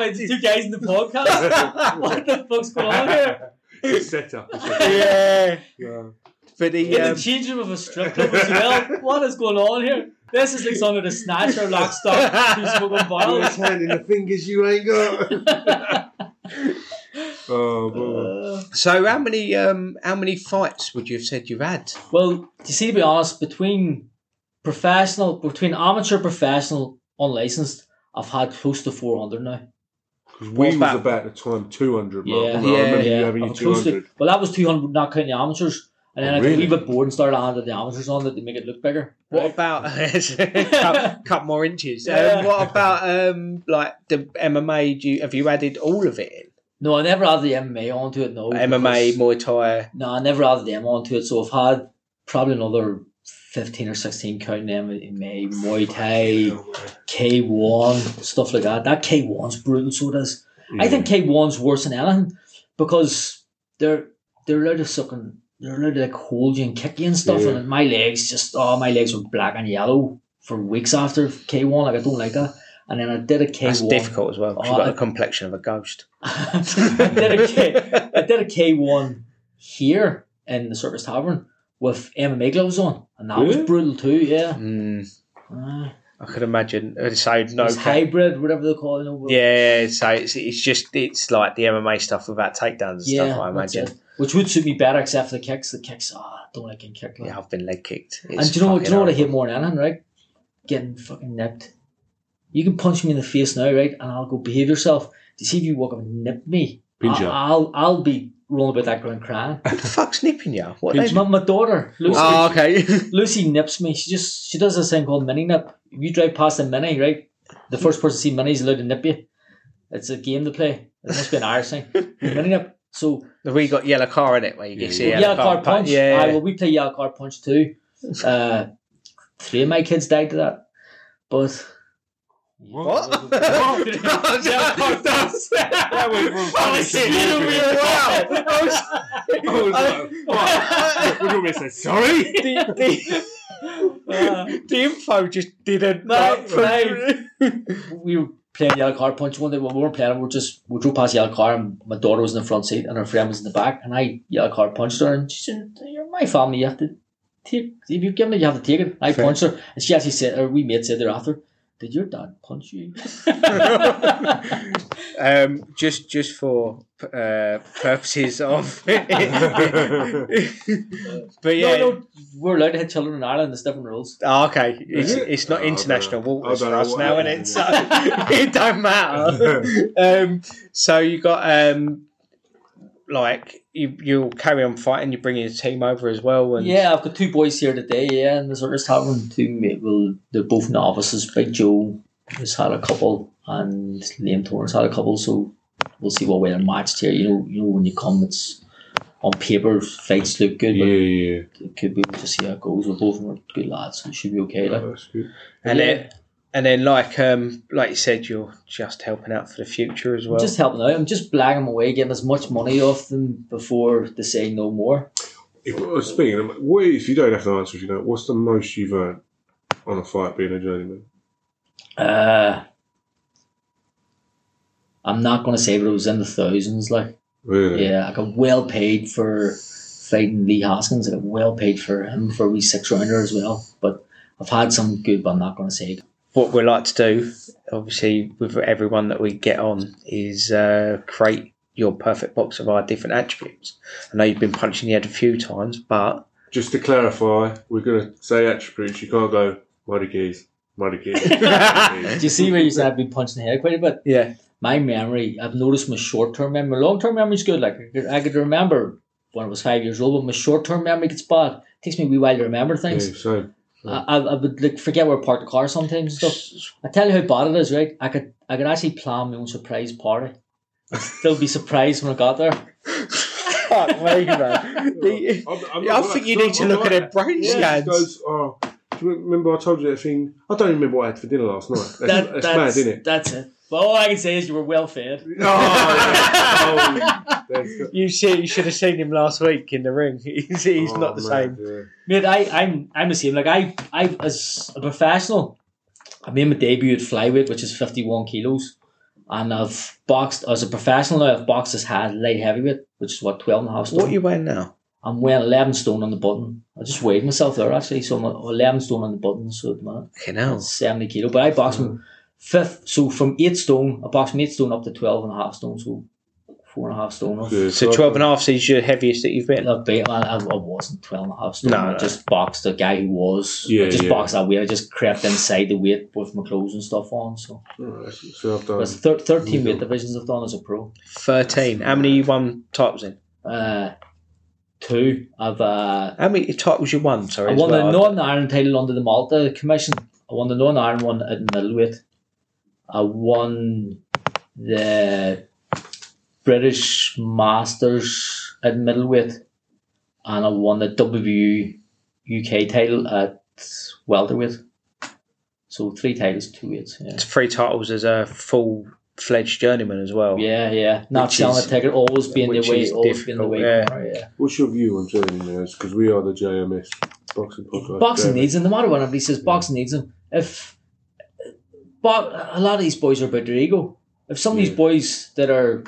[SPEAKER 4] by the two guys in the
[SPEAKER 2] (laughs)
[SPEAKER 4] podcast. what the fuck's going on here?
[SPEAKER 3] It's set up. It's set up.
[SPEAKER 2] yeah,
[SPEAKER 3] No.
[SPEAKER 2] but the
[SPEAKER 4] In
[SPEAKER 2] um,
[SPEAKER 4] the change room of a strip club as well. What is going on here? This is like something the snatcher lock stock who's smoking
[SPEAKER 3] You're
[SPEAKER 4] bottles.
[SPEAKER 3] turning the fingers you ain't got. (laughs) oh, bro.
[SPEAKER 4] Uh,
[SPEAKER 2] so how many um how many fights would you have said you've had?
[SPEAKER 4] Well, you see, to be honest, between professional, between amateur, professional, unlicensed, I've had close to 400 now.
[SPEAKER 3] 'Cause we was
[SPEAKER 2] about-
[SPEAKER 3] about the time 200, man.
[SPEAKER 4] Yeah.
[SPEAKER 3] wasn't it?
[SPEAKER 2] Yeah,
[SPEAKER 3] I remember
[SPEAKER 4] Yeah,
[SPEAKER 3] you having your
[SPEAKER 4] I've close to,
[SPEAKER 3] 200.
[SPEAKER 4] well, that was 200, not counting the amateurs. And then
[SPEAKER 3] Oh,
[SPEAKER 4] I got a
[SPEAKER 3] really?
[SPEAKER 4] wee bit bored and started adding the amateurs on it to make it look bigger.
[SPEAKER 2] What
[SPEAKER 4] Right?
[SPEAKER 2] about (laughs) cut, cut more inches?
[SPEAKER 4] Yeah.
[SPEAKER 2] Um, what about um, like the MMA? Do you, have you added all of it?
[SPEAKER 4] No, I never added the MMA onto it, no.
[SPEAKER 2] in? MMA,
[SPEAKER 4] because-
[SPEAKER 2] Muay Thai.
[SPEAKER 4] No, I never added them onto it. So I've had probably another 15 or 16 counting them in May, Muay Thai, K1, stuff like that. That K1's brutal, so it is. I think K1's worse than anything because they're they're allowed to sucking they're allowed to like hold you and kick you and stuff
[SPEAKER 3] Yeah.
[SPEAKER 4] and my legs just oh my legs were black and yellow for weeks after K1 like I don't like that and then I did a K1
[SPEAKER 2] That's difficult as well. 'cause you've
[SPEAKER 4] Oh,
[SPEAKER 2] got
[SPEAKER 4] I-
[SPEAKER 2] the complexion of a ghost.
[SPEAKER 4] (laughs) I did a K I did a K1 here in the Circus Tavern with MMA gloves on and that was
[SPEAKER 3] Really?
[SPEAKER 4] brutal too yeah
[SPEAKER 2] Mm,
[SPEAKER 4] uh,
[SPEAKER 2] I could imagine. Uh, So no.
[SPEAKER 4] it's hybrid whatever they call it you know, with-
[SPEAKER 2] Yeah, so it's, it's just it's like the MMA stuff without takedowns and stuff. I
[SPEAKER 4] that's
[SPEAKER 2] imagine.
[SPEAKER 4] it. which would suit me better except for the kicks the kicks ah I don't like getting kicked like
[SPEAKER 2] Yeah, I've been leg kicked. It's
[SPEAKER 4] And do you know what? Do you know what I
[SPEAKER 2] fucking
[SPEAKER 4] hate more than anything, right? Getting fucking nipped. You can punch me in the face now, right? And I'll go behave yourself. Do you see if you walk up and nip me?
[SPEAKER 3] Pinch
[SPEAKER 4] I-
[SPEAKER 3] you.
[SPEAKER 4] I'll I'll be rolling about that ground crying.
[SPEAKER 2] horrible. Who the fuck's nipping you? What?
[SPEAKER 4] It's
[SPEAKER 2] They...
[SPEAKER 4] my, my daughter, Lucy.
[SPEAKER 2] Oh, okay. (laughs)
[SPEAKER 4] Lucy nips me. She just she does this thing called mini nip. If you drive past a mini, right? The first person to see mini is allowed to nip you. It's a game to play. It must be an Irish
[SPEAKER 2] (laughs)
[SPEAKER 4] thing. mini nip. So
[SPEAKER 2] we got yellow car in it where you
[SPEAKER 3] Yeah,
[SPEAKER 2] can see
[SPEAKER 3] yeah.
[SPEAKER 2] yellow,
[SPEAKER 4] Yellow card
[SPEAKER 2] pu-
[SPEAKER 4] punch.
[SPEAKER 2] Yeah,
[SPEAKER 4] Aye, well, we play yellow card punch too. Uh, three of my kids died to that, but
[SPEAKER 2] What?
[SPEAKER 3] That went from funny to
[SPEAKER 4] (laughs)
[SPEAKER 3] stupid.
[SPEAKER 2] Wow.
[SPEAKER 3] I
[SPEAKER 4] Oh,
[SPEAKER 3] was like, what? What do you want me to say? Sorry?
[SPEAKER 2] The, the, (laughs)
[SPEAKER 4] Uh,
[SPEAKER 2] the info just didn't.
[SPEAKER 4] No, we were playing yellow card punch one day. When we weren't playing, we were just we drove past yellow card, and my daughter was in the front seat, and her friend was in the back, and I yellow card punched her, and she said, "You're my family. You have to take. If you're giving it, you have to take it." I punched her, and she actually said, "Her we mate said thereafter." Did your dad
[SPEAKER 2] (laughs)
[SPEAKER 4] punch you? (laughs)
[SPEAKER 2] Um, just, just for uh, purposes of. (laughs) but yeah.
[SPEAKER 4] No, no, we're allowed to hit children in Ireland. There's different rules.
[SPEAKER 2] Oh, okay, it's,
[SPEAKER 3] it?
[SPEAKER 2] it's not
[SPEAKER 3] Oh, I don't
[SPEAKER 2] international
[SPEAKER 3] know.
[SPEAKER 2] waters
[SPEAKER 3] I
[SPEAKER 2] for
[SPEAKER 3] don't
[SPEAKER 2] us
[SPEAKER 3] know
[SPEAKER 2] now,
[SPEAKER 3] what
[SPEAKER 2] and it? So (laughs)
[SPEAKER 4] happened.
[SPEAKER 2] it don't
[SPEAKER 3] (laughs)
[SPEAKER 2] matter. um, so you got um, like you you'll carry on fighting. You bring your team over as well, and
[SPEAKER 4] Yeah, I've got two boys here today. Yeah, and the sort of tavern two mate. Well, they're both novices. Big Joe has had a couple, and Liam Torrance had a couple. So we'll see what way they're matched here. You know, you know when you come, it's on paper fights look good, but
[SPEAKER 3] yeah.
[SPEAKER 4] it could be we'll just see how it goes. We're both of them are good lads, so it should be okay. Like.
[SPEAKER 3] That's good.
[SPEAKER 2] and
[SPEAKER 4] Yeah.
[SPEAKER 2] then and then like um like you said, you're just helping out for the future as well.
[SPEAKER 4] I'm just helping out. I'm just blagging them away, getting as much money off them before they say no more.
[SPEAKER 3] If, well, speaking of, what if you don't have to answer if you don't, what's the most you've earned on a fight being a journeyman?
[SPEAKER 4] Uh, I'm not going to say, but it was in the thousands. Like,
[SPEAKER 3] Really?
[SPEAKER 4] Yeah, I got well paid for fighting Lee Hoskins. I got well paid for him for a wee six rounder as well. But I've had some good, but I'm not going to say.
[SPEAKER 2] what we like to do, obviously, with everyone that we get on, is uh, create your perfect box of our different attributes. I know you've been punched in the head a few times, but
[SPEAKER 3] just to clarify, we're going to say attributes. You can't go Muddy Keys, Muddy Keys. Muddy
[SPEAKER 4] (laughs) Do
[SPEAKER 3] Keys.
[SPEAKER 4] you see where you said I've been punched in the head quite a bit?
[SPEAKER 2] Yeah.
[SPEAKER 4] my memory, I've noticed my short term memory. Long term memory's good. Like I could, I could remember when I was five years old, but my short term memory gets bad. It takes me a wee while to remember
[SPEAKER 3] Yeah,
[SPEAKER 4] things.
[SPEAKER 3] so
[SPEAKER 4] I, I, I would like forget where I parked the car sometimes and stuff. I tell you how bad it is, right? I could I could actually plan my own surprise party. I'd still be surprised when I got there.
[SPEAKER 2] Fuck me, (laughs) man. The-
[SPEAKER 3] I'm, I'm
[SPEAKER 2] I
[SPEAKER 3] not
[SPEAKER 2] think
[SPEAKER 3] like-
[SPEAKER 2] you need to
[SPEAKER 3] I'm
[SPEAKER 2] look
[SPEAKER 3] not
[SPEAKER 2] at their
[SPEAKER 3] like-
[SPEAKER 2] brain
[SPEAKER 3] Yeah,
[SPEAKER 2] scans.
[SPEAKER 3] she goes, oh, do you remember I told you that thing? I don't even remember what I had for dinner last night. That's,
[SPEAKER 4] That,
[SPEAKER 3] that's,
[SPEAKER 4] that's,
[SPEAKER 2] (laughs)
[SPEAKER 3] mad, isn't it?
[SPEAKER 4] That's it. But all I can say is you were well fed.
[SPEAKER 3] Oh, yeah. That's-
[SPEAKER 2] You see, you should have seen him last week in the ring. (laughs) He's, he's
[SPEAKER 3] oh,
[SPEAKER 2] not the
[SPEAKER 3] man,
[SPEAKER 2] same.
[SPEAKER 3] yeah.
[SPEAKER 4] Mate, I, I'm I'm the same. Like I I as a professional, I made my debut at flyweight, which is fifty one kilos, and I've boxed as a professional now. I've boxed as hard light heavyweight, which is what twelve and a half stone.
[SPEAKER 2] What are you weighing now?
[SPEAKER 4] I'm weighing eleven stone on the button. I just weighed myself there actually, so I'm eleven stone on the button. So at the minute,
[SPEAKER 2] Fucking hell.
[SPEAKER 4] it's seventy kilo. But I boxed
[SPEAKER 3] Mm.
[SPEAKER 4] from fifth, so from eight stone, I boxed from eight stone up to twelve and a half stone, so four and a half stone. off.
[SPEAKER 3] Yeah,
[SPEAKER 2] So
[SPEAKER 3] I-
[SPEAKER 2] 12 and a half is your heaviest that you've been?
[SPEAKER 4] I, beat, I, I wasn't 12 and a half stone.
[SPEAKER 2] No,
[SPEAKER 4] I
[SPEAKER 2] no.
[SPEAKER 4] just boxed the guy who was.
[SPEAKER 3] Yeah,
[SPEAKER 4] I just
[SPEAKER 3] yeah.
[SPEAKER 4] boxed that weight. I just crept inside the weight with my clothes and stuff on. So
[SPEAKER 3] Alright, so I've done.
[SPEAKER 4] that's thir- 13 weight divisions I've done as a pro.
[SPEAKER 2] 13. How many you won titles in?
[SPEAKER 4] Uh, two. I've uh,
[SPEAKER 2] How many titles you won? Sorry.
[SPEAKER 4] I
[SPEAKER 2] as
[SPEAKER 4] won
[SPEAKER 2] well?
[SPEAKER 4] the Northern Ireland title under the Malta Commission. I won the Northern Ireland one at middleweight. I won the British Masters at middleweight, and I won the W UK title at welterweight. So three titles, two weights. Yeah,
[SPEAKER 2] It's three titles as a full fledged journeyman as well.
[SPEAKER 4] yeah, yeah. Not
[SPEAKER 2] Which
[SPEAKER 4] selling
[SPEAKER 2] is-
[SPEAKER 4] a ticket, always being the
[SPEAKER 2] which
[SPEAKER 4] way,
[SPEAKER 2] is
[SPEAKER 4] always being the
[SPEAKER 2] difficult,
[SPEAKER 4] way.
[SPEAKER 2] yeah.
[SPEAKER 4] Right, yeah.
[SPEAKER 3] What's your view on JMS? Because we are the JMS boxing podcast.
[SPEAKER 4] boxing
[SPEAKER 2] uh,
[SPEAKER 3] JMS.
[SPEAKER 4] needs him. No matter what anybody says, boxing needs him. If but a lot of these boys are about their ego. If some of
[SPEAKER 3] Yeah.
[SPEAKER 4] these boys that are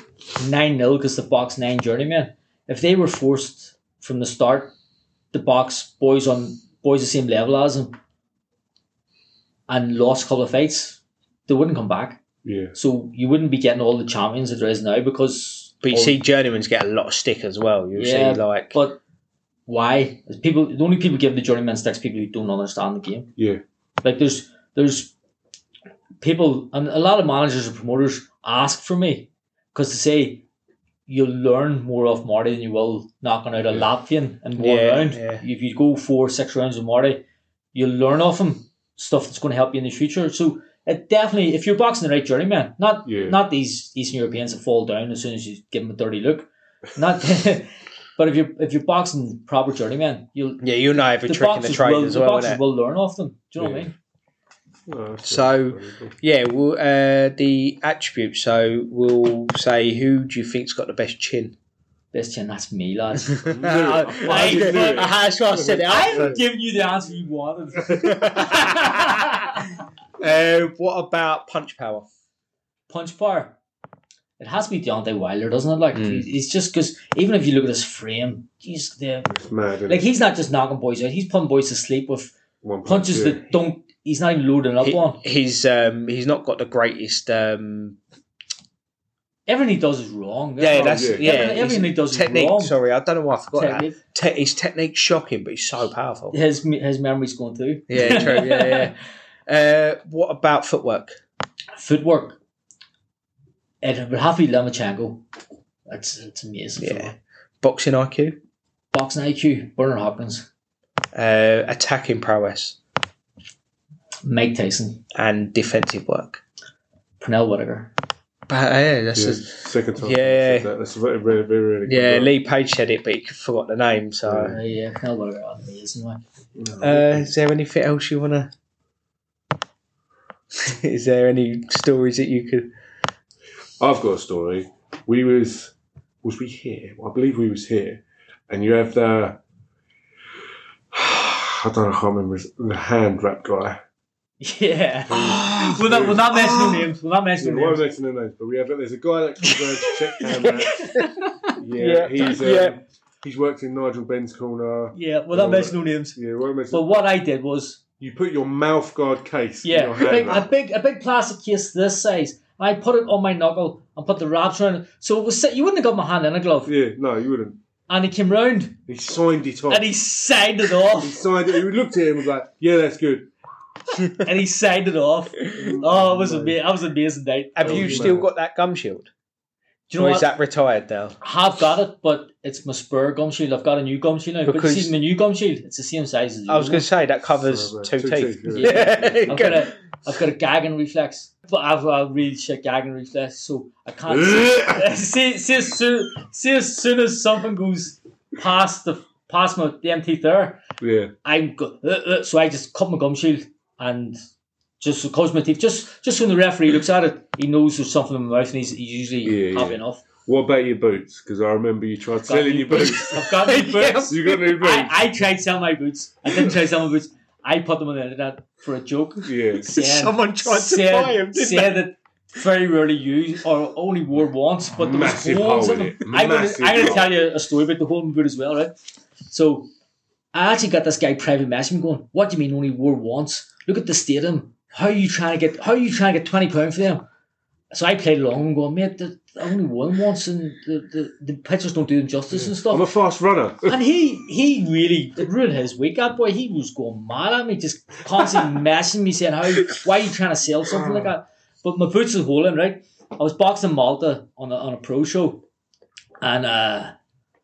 [SPEAKER 4] nine 0 because the box nine journeyman, if they were forced from the start to box boys on boys the same level as them and lost a couple of fights, they wouldn't come back.
[SPEAKER 3] Yeah.
[SPEAKER 4] So you wouldn't be getting all the champions that there is now because
[SPEAKER 2] But you
[SPEAKER 4] all-
[SPEAKER 2] see, journeymans get a lot of stick as well. You
[SPEAKER 4] Yeah,
[SPEAKER 2] see, like
[SPEAKER 4] but why? People the only people give the journeyman sticks people who don't understand the game.
[SPEAKER 3] Yeah.
[SPEAKER 4] Like there's there's people and a lot of managers and promoters ask for me because they say you'll learn more off Marty than you will knocking out a Latvian in one
[SPEAKER 2] Yeah,
[SPEAKER 4] round.
[SPEAKER 2] yeah.
[SPEAKER 4] If you go four six rounds with Marty, you'll learn off him stuff that's going to help you in the future. So. It definitely, if you're boxing the right journeyman, not
[SPEAKER 3] Yeah.
[SPEAKER 4] not these Eastern Europeans that fall down as soon as you give them a dirty look, not (laughs) But if you're if you're boxing proper journeyman, you'll
[SPEAKER 2] yeah, you know every trick in the trade
[SPEAKER 4] will,
[SPEAKER 2] as
[SPEAKER 4] the
[SPEAKER 2] well.
[SPEAKER 4] boxers
[SPEAKER 2] innit?
[SPEAKER 4] will learn off them. Do you know what I mean?
[SPEAKER 3] Oh, that's
[SPEAKER 2] So-
[SPEAKER 3] very cool.
[SPEAKER 2] Yeah, well, uh, the attribute. So we'll say who do you think's got the best
[SPEAKER 4] (laughs)
[SPEAKER 2] chin?
[SPEAKER 4] Best chin, that's me, lads.
[SPEAKER 2] (laughs) I,
[SPEAKER 3] I knew it.
[SPEAKER 2] (laughs) that's why I (laughs) said it.
[SPEAKER 4] I'm (laughs)
[SPEAKER 2] Out.
[SPEAKER 4] giving you the answer you wanted.
[SPEAKER 2] (laughs) Uh, what about punch power?
[SPEAKER 4] Punch power. It has to be Deontay Wilder, doesn't it? Like
[SPEAKER 2] Mm.
[SPEAKER 4] it's just because even if you look at his frame, he's the
[SPEAKER 3] it's mad. Isn't
[SPEAKER 4] like
[SPEAKER 3] it?
[SPEAKER 4] he's not just knocking boys out. He's putting boys to sleep with
[SPEAKER 3] One
[SPEAKER 4] punches
[SPEAKER 3] punch,
[SPEAKER 4] that don't. He's not even loading up
[SPEAKER 2] He-
[SPEAKER 4] on.
[SPEAKER 2] he's um, he's not got the greatest. Um,
[SPEAKER 4] Everything he does is wrong.
[SPEAKER 2] yeah,
[SPEAKER 4] all.
[SPEAKER 2] that's yeah.
[SPEAKER 3] yeah.
[SPEAKER 4] Everything-
[SPEAKER 2] he's-
[SPEAKER 4] everything he does is
[SPEAKER 2] technique.
[SPEAKER 4] wrong.
[SPEAKER 2] Sorry, I don't know why I forgot
[SPEAKER 4] Technique.
[SPEAKER 2] that. Te- his technique's shocking, but he's so powerful.
[SPEAKER 4] His his memory's going through.
[SPEAKER 2] Yeah, true.
[SPEAKER 4] (laughs)
[SPEAKER 2] Yeah, yeah. Uh, what about footwork?
[SPEAKER 4] footwork. It would have to be Lemachenko. That's it's amazing.
[SPEAKER 2] Yeah.
[SPEAKER 4] footwork.
[SPEAKER 2] Boxing IQ?
[SPEAKER 4] Boxing IQ, Bernard Hopkins,
[SPEAKER 2] Uh, attacking prowess
[SPEAKER 4] Mike Tyson,
[SPEAKER 2] and defensive work.
[SPEAKER 4] Pernell Whitaker. uh,
[SPEAKER 2] But, yeah, that's
[SPEAKER 3] yeah.
[SPEAKER 2] a-
[SPEAKER 3] Yeah, second time.
[SPEAKER 2] Yeah.
[SPEAKER 3] I said that. That's very, very, very, really good
[SPEAKER 2] yeah,
[SPEAKER 3] work.
[SPEAKER 2] Lee Page said it, but he forgot the name. So,
[SPEAKER 4] Uh, yeah, Pernell Whitaker, amazing. Like.
[SPEAKER 3] Mm.
[SPEAKER 2] uh, is there anything else you wanna? (laughs) is there any stories that you could?
[SPEAKER 3] I've got a story. We was was we here? I believe we was here, and you have the (sighs) I don't know. I can't remember his- the hand wrap guy.
[SPEAKER 4] Yeah. we'll, not, we'll not mention no names. We'll not
[SPEAKER 3] Yeah,
[SPEAKER 4] mention no
[SPEAKER 3] well,
[SPEAKER 4] names.
[SPEAKER 3] next to the names, but we have there's a guy that comes around to check hand wraps. Yeah,
[SPEAKER 2] Yeah,
[SPEAKER 3] he's um,
[SPEAKER 2] yeah.
[SPEAKER 3] he's worked in Nigel Ben's corner.
[SPEAKER 4] Yeah, we'll
[SPEAKER 3] Yeah.
[SPEAKER 4] not mention no names.
[SPEAKER 3] Yeah, well,
[SPEAKER 4] But what I did was,
[SPEAKER 3] you put your mouth guard case. in
[SPEAKER 4] yeah,
[SPEAKER 3] your
[SPEAKER 4] a
[SPEAKER 3] hand
[SPEAKER 4] big, a
[SPEAKER 3] wrap.
[SPEAKER 4] big, a big plastic case this size. And I put it on my knuckle and put the wraps around it. So it was, set- you wouldn't have got my hand in a glove.
[SPEAKER 3] Yeah, no, you wouldn't.
[SPEAKER 4] and he came round
[SPEAKER 3] He signed it off.
[SPEAKER 4] and
[SPEAKER 3] He
[SPEAKER 4] he signed it
[SPEAKER 3] (laughs)
[SPEAKER 4] off.
[SPEAKER 3] signed it. He looked at him and was like, "Yeah, that's good."
[SPEAKER 4] and he signed it off. Oh, it was amazing. That was an amazing night.
[SPEAKER 2] Have
[SPEAKER 4] Oh,
[SPEAKER 2] you
[SPEAKER 4] man.
[SPEAKER 2] still got that gum shield?
[SPEAKER 4] Do you know
[SPEAKER 2] or
[SPEAKER 4] what?
[SPEAKER 2] is that retired now?
[SPEAKER 4] I have got it, but it's my spur gum shield. I've got a new gum shield now. but
[SPEAKER 2] Because-
[SPEAKER 4] you see, my new gum shield, it's the same size as
[SPEAKER 2] I was going to
[SPEAKER 4] yours.
[SPEAKER 2] say that covers
[SPEAKER 3] Sorry,
[SPEAKER 2] two,
[SPEAKER 3] two
[SPEAKER 2] teeth.
[SPEAKER 3] teeth,
[SPEAKER 2] (laughs)
[SPEAKER 4] yeah. I've got
[SPEAKER 2] Good.
[SPEAKER 4] a, I've got a gagging reflex, but I've got a really shit gagging reflex, so I can't see. See as soon, see as soon as something goes past the past my damn teeth there,
[SPEAKER 3] yeah.
[SPEAKER 4] I'm go, uh, uh, so I just cut my gum shield and just because my teeth, just just when the referee looks at it, he knows there's something in my mouth, and he's, he's usually
[SPEAKER 3] Yeah,
[SPEAKER 4] happy
[SPEAKER 3] yeah.
[SPEAKER 4] enough.
[SPEAKER 3] What about your boots? Because I remember you tried selling your boots.
[SPEAKER 4] I've got new boots.
[SPEAKER 3] you got
[SPEAKER 4] (laughs)
[SPEAKER 3] new (laughs) boots.
[SPEAKER 4] I, I tried to sell my boots. I didn't try to sell my boots. I put them on the internet for a joke.
[SPEAKER 3] yeah.
[SPEAKER 4] Said-
[SPEAKER 2] Someone tried to
[SPEAKER 4] said,
[SPEAKER 2] buy 'em, didn't
[SPEAKER 4] said that very rarely used or only wore once, but there
[SPEAKER 3] Massive
[SPEAKER 4] was holes
[SPEAKER 3] hole
[SPEAKER 4] in
[SPEAKER 3] in
[SPEAKER 4] them.
[SPEAKER 3] it.
[SPEAKER 4] I'm going
[SPEAKER 3] Massive
[SPEAKER 4] to
[SPEAKER 3] hole.
[SPEAKER 4] tell you a story about the hole in my boot as well, right? So I actually got this guy private messaging me going, "What do you mean only wore once? Look at the stadium. How are you trying to get? How are you trying to get twenty pound for them?" So I played along and going, "Mate, the, the only one once, and the, the, the pitchers don't do them justice and stuff."
[SPEAKER 3] I'm a fast runner.
[SPEAKER 4] (laughs) And he he really it ruined his week. That boy, he was going mad at me, just constantly messing me, saying, "How? Why are you trying to sell something like that?" But my boots was holding right. I was boxing Malta on a, on a pro show, and uh,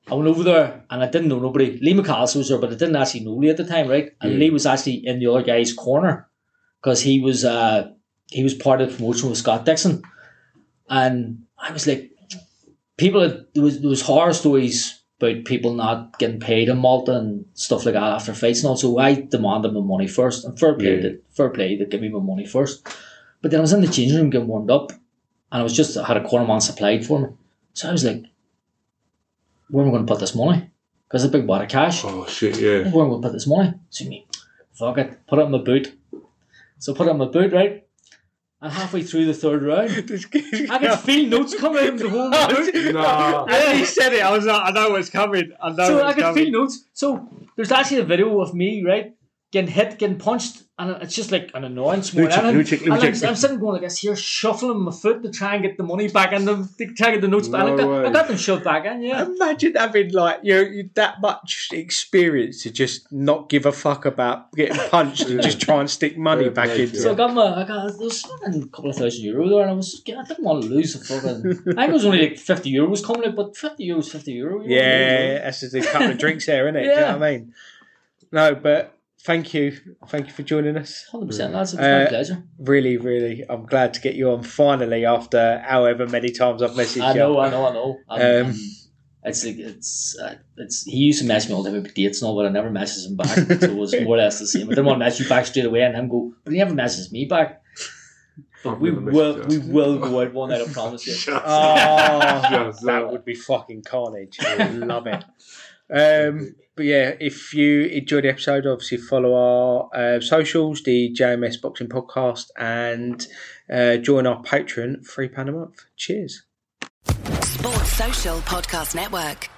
[SPEAKER 4] I went over there and I didn't know nobody. Lee McAllister was there, but I didn't actually know Lee at the time, right? And Lee was actually in the other guy's corner because he was uh, he was part of the promotion with Scott Dixon, and I was like, people had, there was there was horror stories about people not getting paid in Malta and stuff like that after fights and all. So I demanded my money first, and fair play,
[SPEAKER 3] Yeah.
[SPEAKER 4] to, fair play, to give me my money first. But then I was in the changing room getting warmed up, and I was just I had a corner man supplied for me, so I was like, where am I going to put this money? Because it's a big wad of cash.
[SPEAKER 3] Oh shit! Yeah.
[SPEAKER 4] Where am I going to put this money? So me, fuck it, put it in my boot. So I put it in my boot, right? And halfway through the
[SPEAKER 2] (laughs)
[SPEAKER 4] third round, I
[SPEAKER 3] (laughs)
[SPEAKER 4] could feel notes coming out of the whole of my boot.
[SPEAKER 3] Nah.
[SPEAKER 2] As he said it, I was like, I know what's coming. I know
[SPEAKER 4] so
[SPEAKER 2] what's
[SPEAKER 4] I could
[SPEAKER 2] coming.
[SPEAKER 4] feel notes. So there's actually a video of me, right, getting hit, getting punched, and it's just like an annoyance more
[SPEAKER 3] Luchik,
[SPEAKER 4] than anything.
[SPEAKER 3] Luchik, Luchik.
[SPEAKER 4] And I'm, I'm sitting going like this here, shuffling my foot to try and get the money back in them, to try and get the notes back.
[SPEAKER 3] No
[SPEAKER 4] I, got, I
[SPEAKER 3] way.
[SPEAKER 4] got them shoved back in, yeah.
[SPEAKER 2] Imagine having like you, you that much experience to just not give a fuck about getting punched and just try and stick money
[SPEAKER 3] Yeah,
[SPEAKER 2] back
[SPEAKER 3] mate,
[SPEAKER 2] into
[SPEAKER 4] So I
[SPEAKER 2] it.
[SPEAKER 4] got my, I got there was fucking a couple of thousand euro there, and I was, I didn't want to lose the fucking. I think it was only like fifty euros coming out, but fifty euros, fifty euro. you know what I mean?
[SPEAKER 2] Yeah, that's just a couple of drinks there, isn't it? Do you know what I mean? No, but thank you, thank you for joining us.
[SPEAKER 4] hundred percent. That's a
[SPEAKER 2] Uh,
[SPEAKER 4] pleasure.
[SPEAKER 2] Really, really, I'm glad to get you on finally after however many times I've messaged
[SPEAKER 4] I
[SPEAKER 2] you.
[SPEAKER 4] know, I know, I know. I'm-
[SPEAKER 2] Um,
[SPEAKER 4] I'm- it's like it's uh, it's. He used to message me all the time about dates and all, but I never messaged him back. so it was more or less the same. I didn't want to message you back straight away and him go, but he never messages me back. But
[SPEAKER 3] I've
[SPEAKER 4] we
[SPEAKER 3] never
[SPEAKER 4] will,
[SPEAKER 3] messaged
[SPEAKER 4] we
[SPEAKER 3] you.
[SPEAKER 4] will go out one night. I promise you. (laughs)
[SPEAKER 2] Oh, that
[SPEAKER 3] Just that.
[SPEAKER 2] would be fucking carnage. I love it. Um, but yeah, if you enjoyed the episode, obviously follow our uh, socials, the JMS Boxing Podcast, and uh, join our Patreon, £3 a month. Cheers.
[SPEAKER 1] Sports Social Podcast Network.